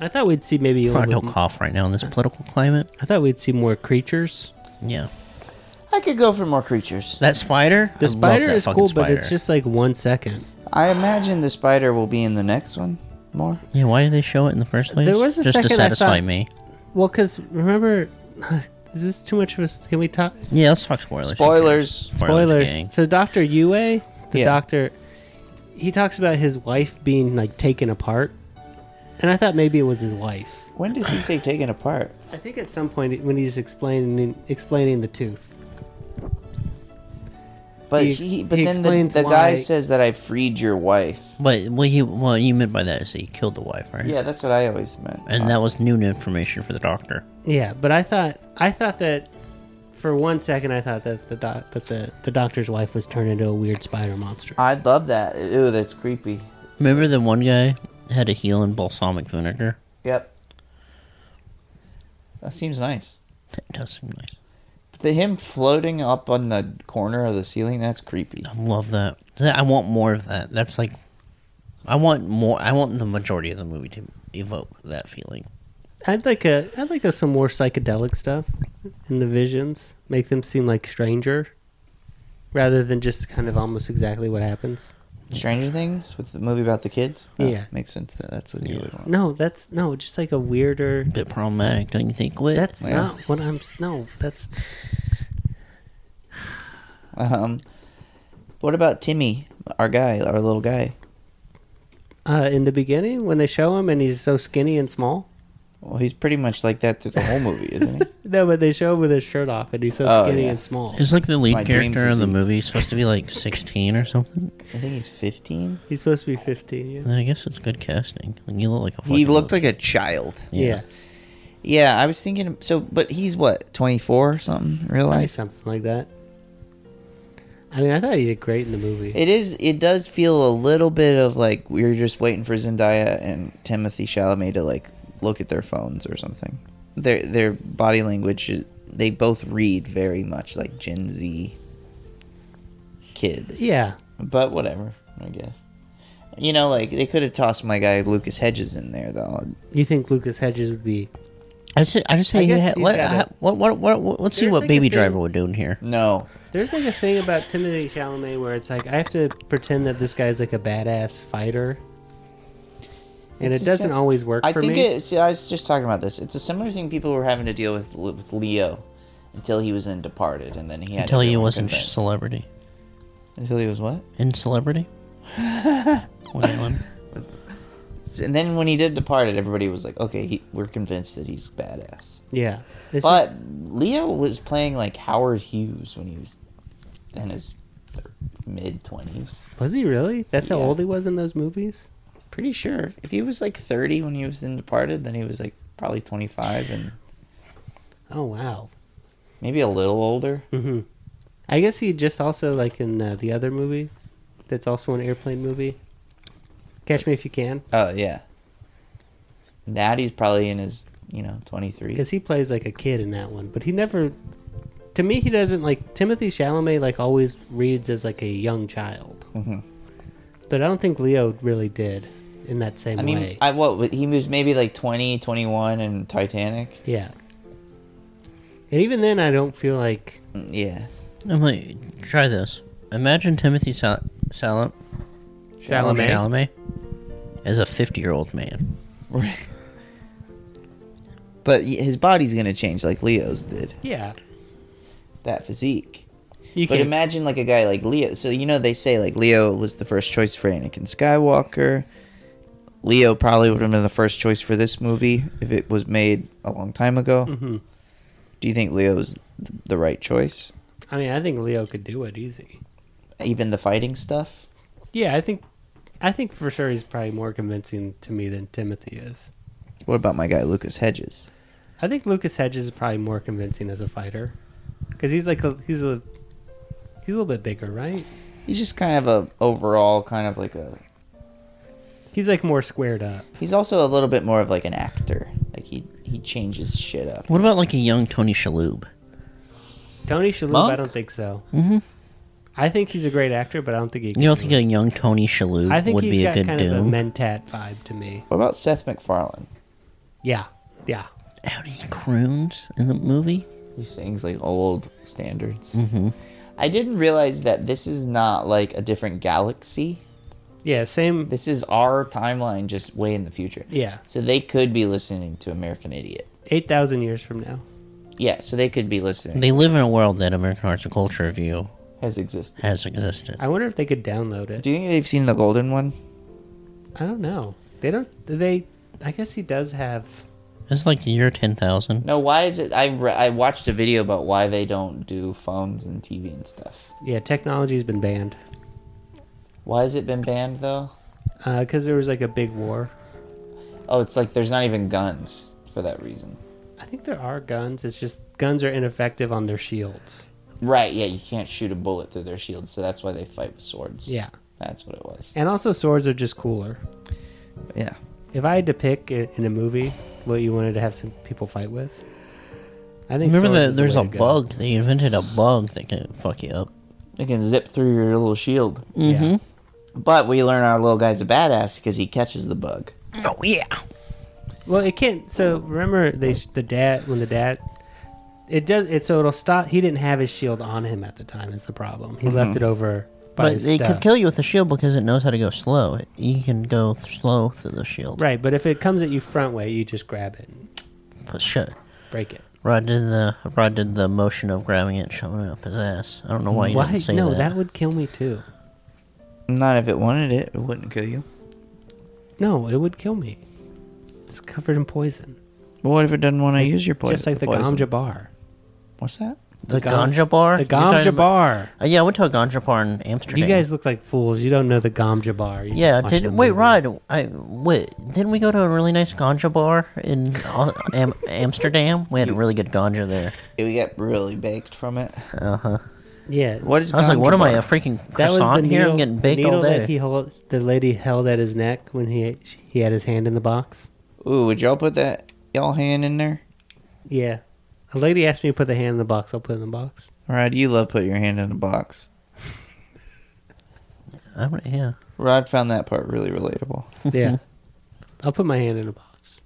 Speaker 2: I thought we'd see maybe a
Speaker 1: I
Speaker 2: little
Speaker 1: don't
Speaker 2: bit,
Speaker 1: cough right now in this political climate.
Speaker 2: I thought we'd see more creatures.
Speaker 1: Yeah.
Speaker 3: I could go for more creatures.
Speaker 1: That spider?
Speaker 2: The
Speaker 1: I love
Speaker 2: spider
Speaker 1: that
Speaker 2: is
Speaker 1: fucking
Speaker 2: cool, but it's
Speaker 1: spider.
Speaker 2: just like one second.
Speaker 3: I imagine the spider will be in the next one more.
Speaker 1: Yeah, why did they show it in the first place?
Speaker 2: There was a
Speaker 1: just to
Speaker 2: second I
Speaker 1: satisfy
Speaker 2: thought-
Speaker 1: me.
Speaker 2: Well, because remember, [sighs] is this too much of a? Can we talk
Speaker 1: Yeah, let's talk spoilers. Who
Speaker 3: Spoilers.
Speaker 1: cares?
Speaker 2: spoilers?
Speaker 1: gang.
Speaker 2: So Doctor Yue, the
Speaker 3: Yeah.
Speaker 2: doctor, he talks about his wife being like taken apart, and I thought maybe it was his wife.
Speaker 3: When does he say taken apart?
Speaker 2: I think at some point when he's explaining explaining the tooth.
Speaker 3: But
Speaker 2: He
Speaker 3: he,
Speaker 2: ex-
Speaker 3: but
Speaker 2: he
Speaker 3: then
Speaker 2: explains
Speaker 3: the, the guy
Speaker 2: why-
Speaker 3: says that I freed your wife.
Speaker 1: But what you what you meant by that is he killed the wife, right?
Speaker 3: Yeah, that's what I always meant.
Speaker 1: And that was new information for the doctor.
Speaker 2: Yeah, but I thought I thought that for one second I thought that the doc, that the, the doctor's wife was turned into a weird spider monster.
Speaker 3: I'd love that. Ew, that's creepy.
Speaker 1: Remember the one guy had a heel in balsamic vinegar?
Speaker 3: Yep. That seems nice.
Speaker 1: That does seem nice.
Speaker 3: The him floating up on the corner of the ceiling, that's creepy.
Speaker 1: I love that. That- I want more of that. That's like I want more I want the majority of the movie to evoke that feeling.
Speaker 2: I'd like a I'd like a, some more psychedelic stuff in the visions. Make them seem like stranger rather than just kind of almost exactly what happens.
Speaker 3: Stranger Things with the movie about the kids. Oh,
Speaker 2: Yeah.
Speaker 3: makes sense. That that's what he would want.
Speaker 2: No, that's no, just like a weirder
Speaker 1: bit problematic, don't you think? Whit?
Speaker 2: That's
Speaker 3: Yeah.
Speaker 2: not what I'm s- No, that's
Speaker 3: Um, what about Timmy, our guy, our little guy?
Speaker 2: uh in the beginning when they show him and he's so skinny and small.
Speaker 3: Well, he's pretty much like that through the whole movie, isn't he?
Speaker 2: No, but they show him with his shirt off and he's so
Speaker 3: Oh,
Speaker 2: skinny
Speaker 3: yeah.
Speaker 2: and small.
Speaker 1: It's like the lead
Speaker 3: My dream
Speaker 1: character in the
Speaker 3: physique.
Speaker 1: movie supposed to be like 16 or something.
Speaker 3: [laughs] I think he's 15.
Speaker 2: He's supposed to be 15. Yeah.
Speaker 1: I guess it's good casting. Like, you look like a.
Speaker 3: He
Speaker 1: fucking
Speaker 3: looked
Speaker 1: loser.
Speaker 3: like a child.
Speaker 2: yeah.
Speaker 3: Yeah, I was thinking. So, but he's what twenty four something. in Real
Speaker 2: Probably
Speaker 3: life.
Speaker 2: something like that. I mean, I thought he did great in the movie.
Speaker 3: It is. It does feel a little bit of like we were just waiting for Zendaya and Timothy Chalamet to like look at their phones or something. Their their body language is. They both read very much like Gen Z kids.
Speaker 2: yeah,
Speaker 3: But whatever, I guess. You know, like they could have tossed my guy Lucas Hedges in there though.
Speaker 2: you think Lucas Hedges would be?
Speaker 1: I just, I just
Speaker 2: I
Speaker 1: say,
Speaker 2: guess
Speaker 1: yeah,
Speaker 2: he's
Speaker 1: let,
Speaker 2: got
Speaker 1: ha-
Speaker 2: it.
Speaker 1: what, what, what, what, let's see
Speaker 2: There's
Speaker 1: what
Speaker 2: like a
Speaker 1: Baby
Speaker 2: thing-
Speaker 1: Driver would do in here.
Speaker 3: No.
Speaker 2: There's like a thing about Timothy Chalamet where it's like I have to pretend that this guy's like a badass fighter,
Speaker 3: It's
Speaker 2: and it
Speaker 3: a sim-
Speaker 2: doesn't always work
Speaker 3: I
Speaker 2: for
Speaker 3: think
Speaker 2: me.
Speaker 3: it. See, I was just talking about this. It's a similar thing people were having to deal with with Leo until he was in Departed, and then he had
Speaker 1: Until he
Speaker 3: everyone
Speaker 1: was in
Speaker 3: convinced.
Speaker 1: Celebrity.
Speaker 3: until he was what?
Speaker 1: In
Speaker 2: [laughs]
Speaker 1: Celebrity? What do you want?
Speaker 3: And then when he did Departed, everybody was like, "Okay, he, we're convinced that he's badass."
Speaker 2: yeah, it's just-
Speaker 3: But Leo was playing like Howard Hughes when he was in his mid twenties.
Speaker 2: was he really? That's how
Speaker 3: Yeah.
Speaker 2: old he was in those movies.
Speaker 3: Pretty sure if he was like thirty when he was in Departed, then he was like probably twenty five and
Speaker 2: Oh wow.
Speaker 3: maybe a little older.
Speaker 2: hmm I guess he just also like in uh, the other movie, that's also an airplane movie. Catch Me If You Can,
Speaker 3: Oh yeah, that he's probably in his you know twenty three.
Speaker 2: because he plays like a kid in that one, but he never. To me, he doesn't like Timothy Chalamet. Like always reads as like a young child,
Speaker 3: Mhm.
Speaker 2: but I don't think Leo really did in that same
Speaker 3: I mean,
Speaker 2: way.
Speaker 3: I what he was maybe like 20, 21 in Titanic.
Speaker 2: yeah, and even then, I don't feel like
Speaker 3: Mm, Yeah, [laughs]
Speaker 1: I'm like, try this. Imagine Timothy Sal- Sal-
Speaker 2: Chalamet.
Speaker 1: Chalamet as a 50 year old man.
Speaker 3: Right. But y- his body's gonna change like Leo's did.
Speaker 2: Yeah,
Speaker 3: That physique.
Speaker 2: you
Speaker 3: But
Speaker 2: can.
Speaker 3: imagine like a guy like Leo. So you know they say like Leo was the first choice for Anakin Skywalker. Leo probably would have been the first choice for this movie if it was made a long time ago.
Speaker 2: Mhm.
Speaker 3: Do you think Leo's th- the right choice?
Speaker 2: I mean, I think Leo could do it easy.
Speaker 3: Even the fighting stuff.
Speaker 2: Yeah, I think, I think for sure he's probably more convincing to me than Timothy is.
Speaker 3: What about my guy Lucas Hedges?
Speaker 2: I think Lucas Hedges is probably more convincing as a fighter, because he's like a, he's a he's a little bit bigger, right?
Speaker 3: He's just kind of a overall kind of like a
Speaker 2: He's like more squared up.
Speaker 3: He's also a little bit more of like an actor. Like he he changes shit up.
Speaker 1: What about like a young Tony Shalhoub?
Speaker 2: Tony Shalhoub, I
Speaker 3: Monk?
Speaker 2: don't think so. Mm-hmm. I think he's a great actor, but I don't think he.
Speaker 1: You don't think a young Tony Shalhoub
Speaker 2: I think
Speaker 1: would
Speaker 2: he's
Speaker 1: be a
Speaker 2: got
Speaker 1: good
Speaker 2: kind of a
Speaker 1: Doom?
Speaker 2: mentat vibe to me.
Speaker 3: What about Seth MacFarlane?
Speaker 2: Yeah, yeah.
Speaker 1: How do he croons in the movie?
Speaker 3: He sings like old standards. Mm-hmm. I didn't realize that this is not like a different galaxy.
Speaker 2: Yeah, same.
Speaker 3: This is our timeline, just way in the future.
Speaker 2: Yeah.
Speaker 3: So they could be listening to American Idiot.
Speaker 2: 8,000 years from now.
Speaker 3: Yeah. So they could be listening.
Speaker 1: They live in a world that American Arts and Culture Review
Speaker 3: has existed.
Speaker 1: has existed.
Speaker 2: I wonder if they could download it.
Speaker 3: Do you think they've seen the golden one?
Speaker 2: I don't know. They don't. They. I guess he does have.
Speaker 1: It's like the year 10,000.
Speaker 3: No. Why is it? I re- I watched a video about why they don't do phones and TV and stuff.
Speaker 2: Yeah, technology's been banned
Speaker 3: Why has it been banned though?
Speaker 2: because uh, there was like a big war.
Speaker 3: Oh, it's like there's not even guns for that reason.
Speaker 2: I think there are guns. It's just guns are ineffective on their shields.
Speaker 3: Right, yeah, you can't shoot a bullet through their shields, so that's why they fight with swords.
Speaker 2: Yeah.
Speaker 3: That's what it was.
Speaker 2: And also, swords are just cooler.
Speaker 3: Yeah.
Speaker 2: If I had to pick i- in a movie what you wanted to have some people fight with, I think
Speaker 1: Remember
Speaker 2: swords
Speaker 1: that
Speaker 2: is
Speaker 1: there's
Speaker 2: way
Speaker 1: a
Speaker 2: to go.
Speaker 1: bug. They invented a bug that could fuck you up.
Speaker 3: They can zip through your little shield.
Speaker 2: Yeah.
Speaker 3: But we learn our little guy's a badass because he catches the bug.
Speaker 1: Oh, yeah.
Speaker 2: Well, it can't. So remember, they sh- the dad when the dad. It does it so it'll stop. He didn't have his shield on him at the time. Is the problem? He left it over by
Speaker 1: But
Speaker 2: his
Speaker 1: it
Speaker 2: stuff.
Speaker 1: could kill you with a shield because it knows how to go slow. It- You can go th- slow through the shield.
Speaker 2: Right, but if it comes at you front way, you just grab it and
Speaker 1: But shit.
Speaker 2: break it.
Speaker 1: Rod did the Rod did the motion of grabbing it, and shoving it up his ass. I don't know why you
Speaker 2: Why?
Speaker 1: didn't say
Speaker 2: No,
Speaker 1: that.
Speaker 2: that would kill me too.
Speaker 3: Not if it wanted it, it wouldn't kill you.
Speaker 2: No, it would kill me. It's covered in poison.
Speaker 3: But what if it doesn't want to use your poison?
Speaker 2: Just like the
Speaker 3: poison?
Speaker 2: ganja bar.
Speaker 3: What's that?
Speaker 1: The
Speaker 2: gam-
Speaker 1: ganja bar?
Speaker 2: The
Speaker 1: You're talking
Speaker 2: ganja
Speaker 1: about-
Speaker 2: bar.
Speaker 1: Uh, yeah, I went to a ganja bar in Amsterdam.
Speaker 2: You guys look like fools. You don't know the ganja bar. You
Speaker 1: Yeah,
Speaker 2: just
Speaker 1: did
Speaker 2: watched the
Speaker 1: wait,
Speaker 2: movie.
Speaker 1: Rod? I wait. Didn't we go to a really nice ganja bar in uh, Am- Amsterdam? We had a really good ganja there.
Speaker 3: We got really baked from it.
Speaker 2: Yeah,
Speaker 3: What is?
Speaker 1: I was like,
Speaker 3: ganja
Speaker 1: what am I,
Speaker 3: bar?
Speaker 1: a freaking croissant here? I'm getting baked
Speaker 2: needle
Speaker 1: all day.
Speaker 2: That he held, the lady held at his neck when he he had his hand in the box.
Speaker 3: Ooh, would y'all put that y'all hand in there?
Speaker 2: Yeah, a lady asked me to put the hand in the box. I'll put it in
Speaker 1: [laughs]
Speaker 2: the box.
Speaker 3: Rod, you love putting your hand in a box.
Speaker 1: I'm, yeah,
Speaker 3: Rod found that part really relatable.
Speaker 2: Yeah, I'll put my hand in a box.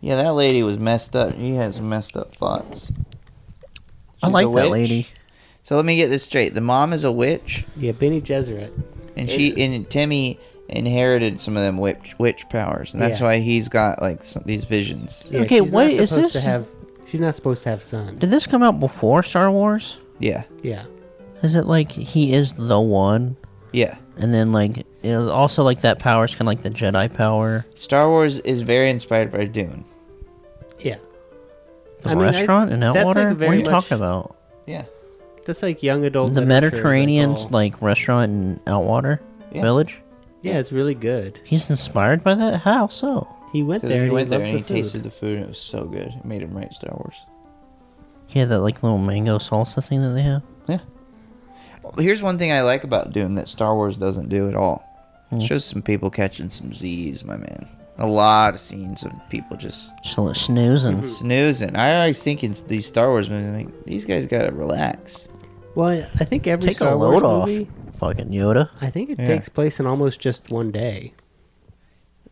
Speaker 3: Yeah, that lady was messed up. She had some messed up thoughts.
Speaker 1: I
Speaker 3: She's
Speaker 1: like
Speaker 3: a
Speaker 1: that
Speaker 3: witch.
Speaker 1: lady.
Speaker 3: So let me get this straight. The mom is a witch,
Speaker 2: Yeah, Benny Gesserit.
Speaker 3: and she and Timmy inherited some of them witch witch powers, and that's
Speaker 2: Yeah.
Speaker 3: why he's got like some, these visions.
Speaker 2: Yeah,
Speaker 1: Okay,
Speaker 2: she's not
Speaker 1: wait, is
Speaker 2: supposed
Speaker 1: this-
Speaker 2: To have, she's not supposed to have sons.
Speaker 1: Did this come out before Star Wars?
Speaker 3: Yeah,
Speaker 2: Yeah,
Speaker 1: Is it like he is the one,
Speaker 3: yeah.
Speaker 1: and then like it was also like that power is kind of like the Jedi power,
Speaker 3: Star Wars is very inspired by Dune.
Speaker 2: yeah.
Speaker 1: the
Speaker 2: I mean, I-
Speaker 1: restaurant in
Speaker 2: that's, like,
Speaker 1: Outwater? what are
Speaker 2: very
Speaker 1: you
Speaker 2: much
Speaker 1: talking about?
Speaker 3: Yeah,
Speaker 2: That's like young adult.
Speaker 1: The
Speaker 2: literature is,
Speaker 1: Mediterranean's
Speaker 2: all-
Speaker 1: like restaurant in Outwater
Speaker 3: Yeah.
Speaker 1: Village.
Speaker 2: yeah, it's really good.
Speaker 1: He's inspired by that. How so?
Speaker 2: He went
Speaker 3: because
Speaker 2: there.
Speaker 3: he
Speaker 2: and
Speaker 3: went
Speaker 2: he
Speaker 3: there
Speaker 2: loves
Speaker 3: and he
Speaker 2: the food.
Speaker 3: tasted the food, and it was so good. It made him write Star Wars.
Speaker 1: Yeah, that like little mango salsa thing that they have.
Speaker 3: Here's one thing I like about Doom that Star Wars doesn't do at all. It shows some people catching some Z's, my man. A lot of scenes of people just
Speaker 1: Just a little
Speaker 3: Mm-hmm.
Speaker 1: snoozing.
Speaker 3: snoozing. I always think in these Star Wars movies, I'm like, these guys gotta relax.
Speaker 2: Well, I- I think every
Speaker 1: Take
Speaker 2: Star
Speaker 1: a load
Speaker 2: Wars
Speaker 1: off,
Speaker 2: movie.
Speaker 1: fucking Yoda.
Speaker 2: I think it
Speaker 3: Yeah.
Speaker 2: takes place in almost just one day.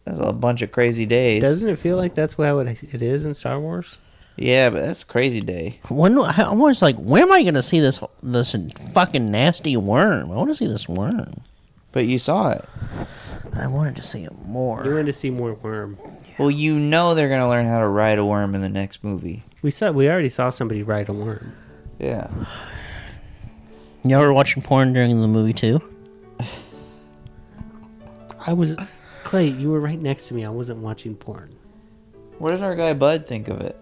Speaker 3: That's a bunch of crazy days.
Speaker 2: Doesn't it feel like that's what it is in Star Wars?
Speaker 3: Yeah, but that's a crazy day.
Speaker 1: When I I was like, where am I gonna see this this fucking nasty worm? I want to see this worm.
Speaker 3: But you saw it.
Speaker 1: I wanted to see it
Speaker 2: We
Speaker 1: more.
Speaker 2: wanted to see more worm.
Speaker 3: Well, you know they're gonna learn how to ride a worm in the next movie.
Speaker 2: We saw we already saw somebody ride a worm.
Speaker 3: Yeah.
Speaker 1: Y'all were watching porn during the movie too.
Speaker 2: I was Clay, you were right next to me. I wasn't watching porn.
Speaker 3: What did our guy Bud think of it?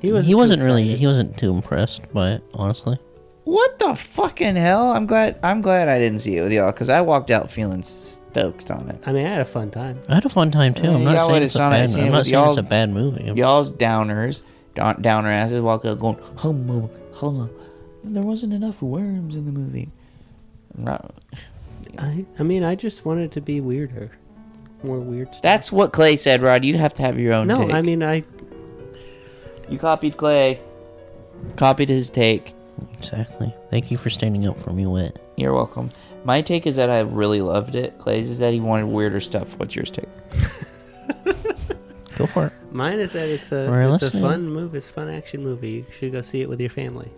Speaker 2: He was
Speaker 1: he wasn't really. He wasn't too impressed by it, honestly.
Speaker 3: What the fucking hell? I'm glad. I'm glad I didn't see it with y'all because I walked out feeling stoked on it.
Speaker 2: I mean, I had a fun time.
Speaker 1: I had a fun time too. I'm
Speaker 3: Yeah,
Speaker 1: not
Speaker 3: y'all
Speaker 1: saying
Speaker 3: would've
Speaker 1: it's a
Speaker 3: saw it,
Speaker 1: bad.
Speaker 3: seen it
Speaker 1: I'm not
Speaker 3: with
Speaker 1: saying it's a
Speaker 3: y'all-
Speaker 1: bad movie.
Speaker 3: Y'all's downers, down, downer asses, walk out going, hum, hum, hum, hum. There wasn't enough worms in the movie. I'm not-
Speaker 2: I I mean, I just wanted to be weirder, more weird. Stuff.
Speaker 3: That's what Clay said, Rod. You have to have your own
Speaker 2: No,
Speaker 3: take.
Speaker 2: I mean, I
Speaker 3: you copied Clay. Copied his take.
Speaker 1: Exactly. Thank you for standing up for me, Wit.
Speaker 3: You're welcome. My take is that I really loved it. Clay's is that he wanted weirder stuff. What's yours take?
Speaker 1: Go for it.
Speaker 2: mine is that it's a
Speaker 1: We're
Speaker 2: it's
Speaker 1: listening.
Speaker 2: a fun movie. It's a fun action movie. You should go see it with your family.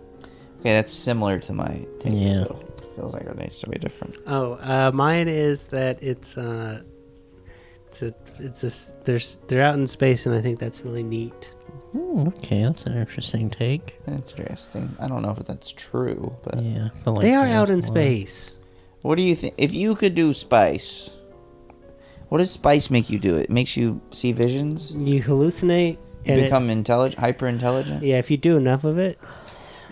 Speaker 3: Okay, that's similar to my take.
Speaker 1: Yeah.
Speaker 3: so it feels like it needs to be different.
Speaker 2: Oh, uh, mine is that it's uh, it's a, it's a, s- they're s- they're out in space, and I think that's really neat.
Speaker 1: Hmm, okay, that's an interesting take.
Speaker 3: Interesting. I don't know if that's true, but
Speaker 1: Yeah, I feel like
Speaker 2: They are
Speaker 1: that
Speaker 2: out
Speaker 1: was
Speaker 2: in
Speaker 1: a lot.
Speaker 2: space.
Speaker 3: What do you think? If you could do spice, what does spice make you do? It makes you see visions,
Speaker 2: You hallucinate,
Speaker 3: you
Speaker 2: and it-
Speaker 3: become intelligent, hyper intelligent.
Speaker 2: yeah, if you do enough of it,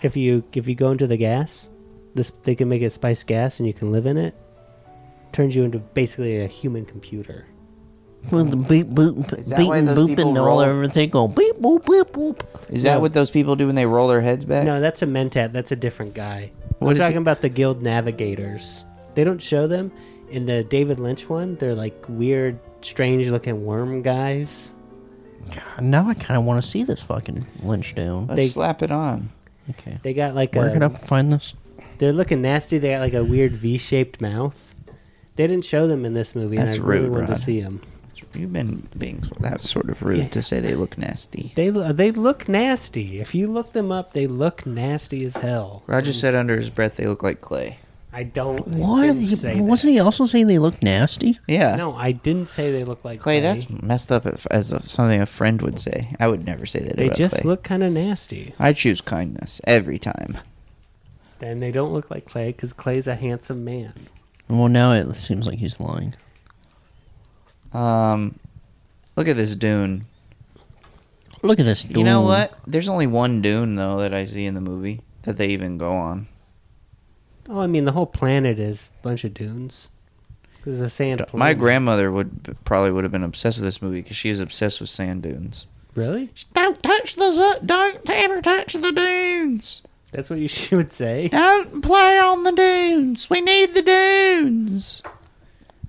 Speaker 2: if you if you go into the gas, this they can make it spice gas, and you can live in it. Turns you into basically a human computer.
Speaker 1: With the beep boop,
Speaker 3: Is that why
Speaker 1: beeping,
Speaker 3: those
Speaker 1: booping
Speaker 3: people
Speaker 1: all
Speaker 3: roll-
Speaker 1: over the thing, go beep boop, beep boop.
Speaker 3: Is that
Speaker 2: No.
Speaker 3: what those people do when they roll their heads back?
Speaker 2: No, that's a mentat. That's a different guy.
Speaker 3: Uh, What
Speaker 2: We're
Speaker 3: is
Speaker 2: talking
Speaker 3: it-
Speaker 2: about the guild navigators. They don't show them in the David Lynch one. They're like weird, strange-looking worm guys.
Speaker 1: Now I kind of want to see this fucking Lynch down.
Speaker 3: Let's
Speaker 2: they-
Speaker 3: slap it on.
Speaker 1: Okay.
Speaker 2: They got like
Speaker 1: Where
Speaker 2: a.
Speaker 1: can I find this?
Speaker 2: They're looking nasty. They got like a weird V-shaped mouth. They didn't show them in this movie,
Speaker 3: That's
Speaker 2: and I really
Speaker 3: rude,
Speaker 2: wanted
Speaker 3: Rod.
Speaker 2: to see them.
Speaker 3: You've been being that sort of rude to say they look nasty.
Speaker 2: They lo- they look nasty. If you look them up, they look nasty as hell.
Speaker 3: Roger said under his breath they look like clay.
Speaker 2: I don't. I
Speaker 1: What?
Speaker 2: didn't
Speaker 1: He-
Speaker 2: say
Speaker 1: wasn't he also saying they look nasty?
Speaker 3: Yeah.
Speaker 2: that. No, I didn't say they look like
Speaker 3: Clay, that's messed up if- as a, something a friend would say. I would never say that.
Speaker 2: They
Speaker 3: about
Speaker 2: just
Speaker 3: Clay.
Speaker 2: look kind of nasty.
Speaker 3: I choose kindness every time.
Speaker 2: Then they don't look like Clay because Clay's a handsome man.
Speaker 1: Well, now it seems like he's lying.
Speaker 3: Um, look at this dune.
Speaker 1: Look at this.
Speaker 3: You know
Speaker 1: dune.
Speaker 3: what? There's only one Dune though that I see in the movie that they even go on.
Speaker 2: Oh, I mean, the whole planet is a bunch of dunes. There's a sand planet.
Speaker 3: My grandmother would probably would have been obsessed with this movie because she is obsessed with sand dunes.
Speaker 2: Really?
Speaker 3: Don't touch the zo- don't ever touch the dunes.
Speaker 2: That's what you [laughs] she would say?
Speaker 3: Don't play on the dunes. We need the dunes.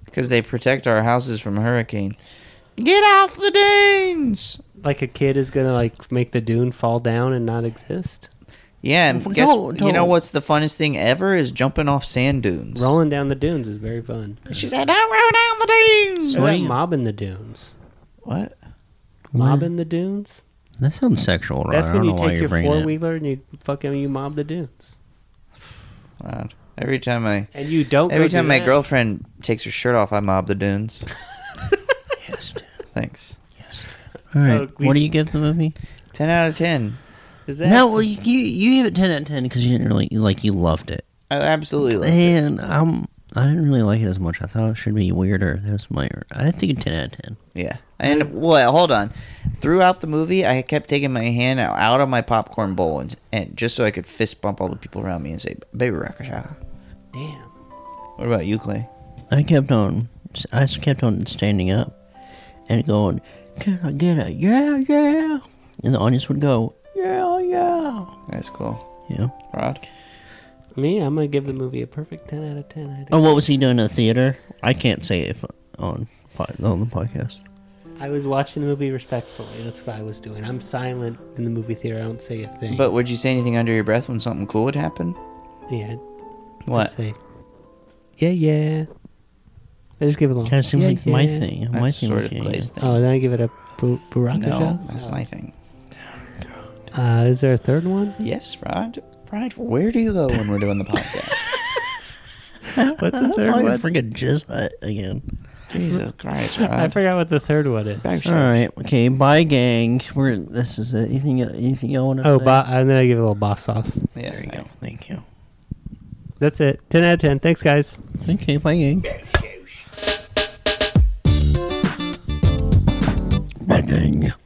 Speaker 3: Because they protect our houses from hurricane. Get off the dunes.
Speaker 2: Like a kid is gonna like make the dune fall down and not exist?
Speaker 3: Yeah, and
Speaker 1: Well,
Speaker 3: guess
Speaker 1: don't-
Speaker 3: you know
Speaker 1: don't.
Speaker 3: what's the funnest thing ever is jumping off sand dunes.
Speaker 2: Rolling down the dunes is very fun.
Speaker 3: She said, "Don't roll down the dunes."
Speaker 2: What about
Speaker 1: you-
Speaker 2: mobbing the dunes?
Speaker 3: What?
Speaker 2: Mobbing the dunes?
Speaker 1: That sounds sexual, right?
Speaker 2: That's
Speaker 1: I
Speaker 2: when
Speaker 1: don't
Speaker 2: you
Speaker 1: know why
Speaker 2: take
Speaker 1: you're
Speaker 2: your
Speaker 1: bringing
Speaker 2: four
Speaker 1: it.
Speaker 2: wheeler and you fucking you mob the dunes.
Speaker 3: God. Every time I
Speaker 2: And you don't
Speaker 3: every
Speaker 2: go do
Speaker 3: time my
Speaker 2: that.
Speaker 3: girlfriend takes her shirt off, I mob the
Speaker 2: [laughs]
Speaker 3: dunes.
Speaker 1: Yes, dude.
Speaker 3: Thanks.
Speaker 1: All right.
Speaker 2: at
Speaker 1: what do
Speaker 2: least-
Speaker 1: you give the movie?
Speaker 3: Ten out of ten.
Speaker 2: Is that
Speaker 1: No, well, you you gave it ten out of ten because you didn't really like you loved it,
Speaker 3: I Oh, absolutely love it.
Speaker 1: and um, I didn't really like it as much. I thought it should be weirder. That's my. I think ten out of ten.
Speaker 3: Yeah. And well, hold on. Throughout the movie, I kept taking my hand out- out of my popcorn bowl and, and just so I could fist bump all the people around me and say, "Baby Rakasha."
Speaker 2: damn?
Speaker 3: What about you, Clay?
Speaker 1: I kept on, I just kept on standing up and going, "Can I get a yeah, yeah?" And the audience would go, "Yeah, yeah."
Speaker 3: That's cool.
Speaker 1: Yeah.
Speaker 3: Rod.
Speaker 2: Me, I'm gonna give the movie a perfect ten out of ten. I,
Speaker 1: Oh, what was he doing in the theater? I can't say if on po- on the podcast.
Speaker 2: I was watching the movie respectfully. That's what I was doing. I'm silent in the movie theater. I don't say a thing.
Speaker 3: But would you say anything under your breath when something cool would happen?
Speaker 2: yeah, I'd
Speaker 3: What?
Speaker 2: say, yeah, yeah. I just give it a long.
Speaker 1: Kind of seems
Speaker 2: yeah,
Speaker 1: like my
Speaker 2: yeah.
Speaker 1: thing. my
Speaker 3: That's
Speaker 1: thing
Speaker 3: sort
Speaker 1: was
Speaker 3: of
Speaker 1: yeah,
Speaker 3: Clay's thing.
Speaker 2: Oh, then I give it Oh. a bu- Baraka
Speaker 3: no,
Speaker 2: shot?
Speaker 3: that's my thing.
Speaker 2: Uh, is there a third one?
Speaker 3: Yes, Rod. Rod, where do you go when we're doing the podcast?
Speaker 2: What's [laughs] the
Speaker 1: yeah.
Speaker 2: third
Speaker 1: Oh, I forget Jizz Hut again. [laughs]
Speaker 3: Jesus Christ,
Speaker 2: I
Speaker 3: Rod.
Speaker 2: forgot what the third one is.
Speaker 3: Back
Speaker 1: All right. Okay. Bye, gang. We're this is it. Anything anything you want to
Speaker 2: Oh,
Speaker 1: say?
Speaker 2: bo- and then I give it a little boss sauce.
Speaker 3: Yeah,
Speaker 1: There you go. Thank you.
Speaker 2: That's it. Ten out of ten. Thanks, guys.
Speaker 1: Okay. Bye, gang. Bye, gang.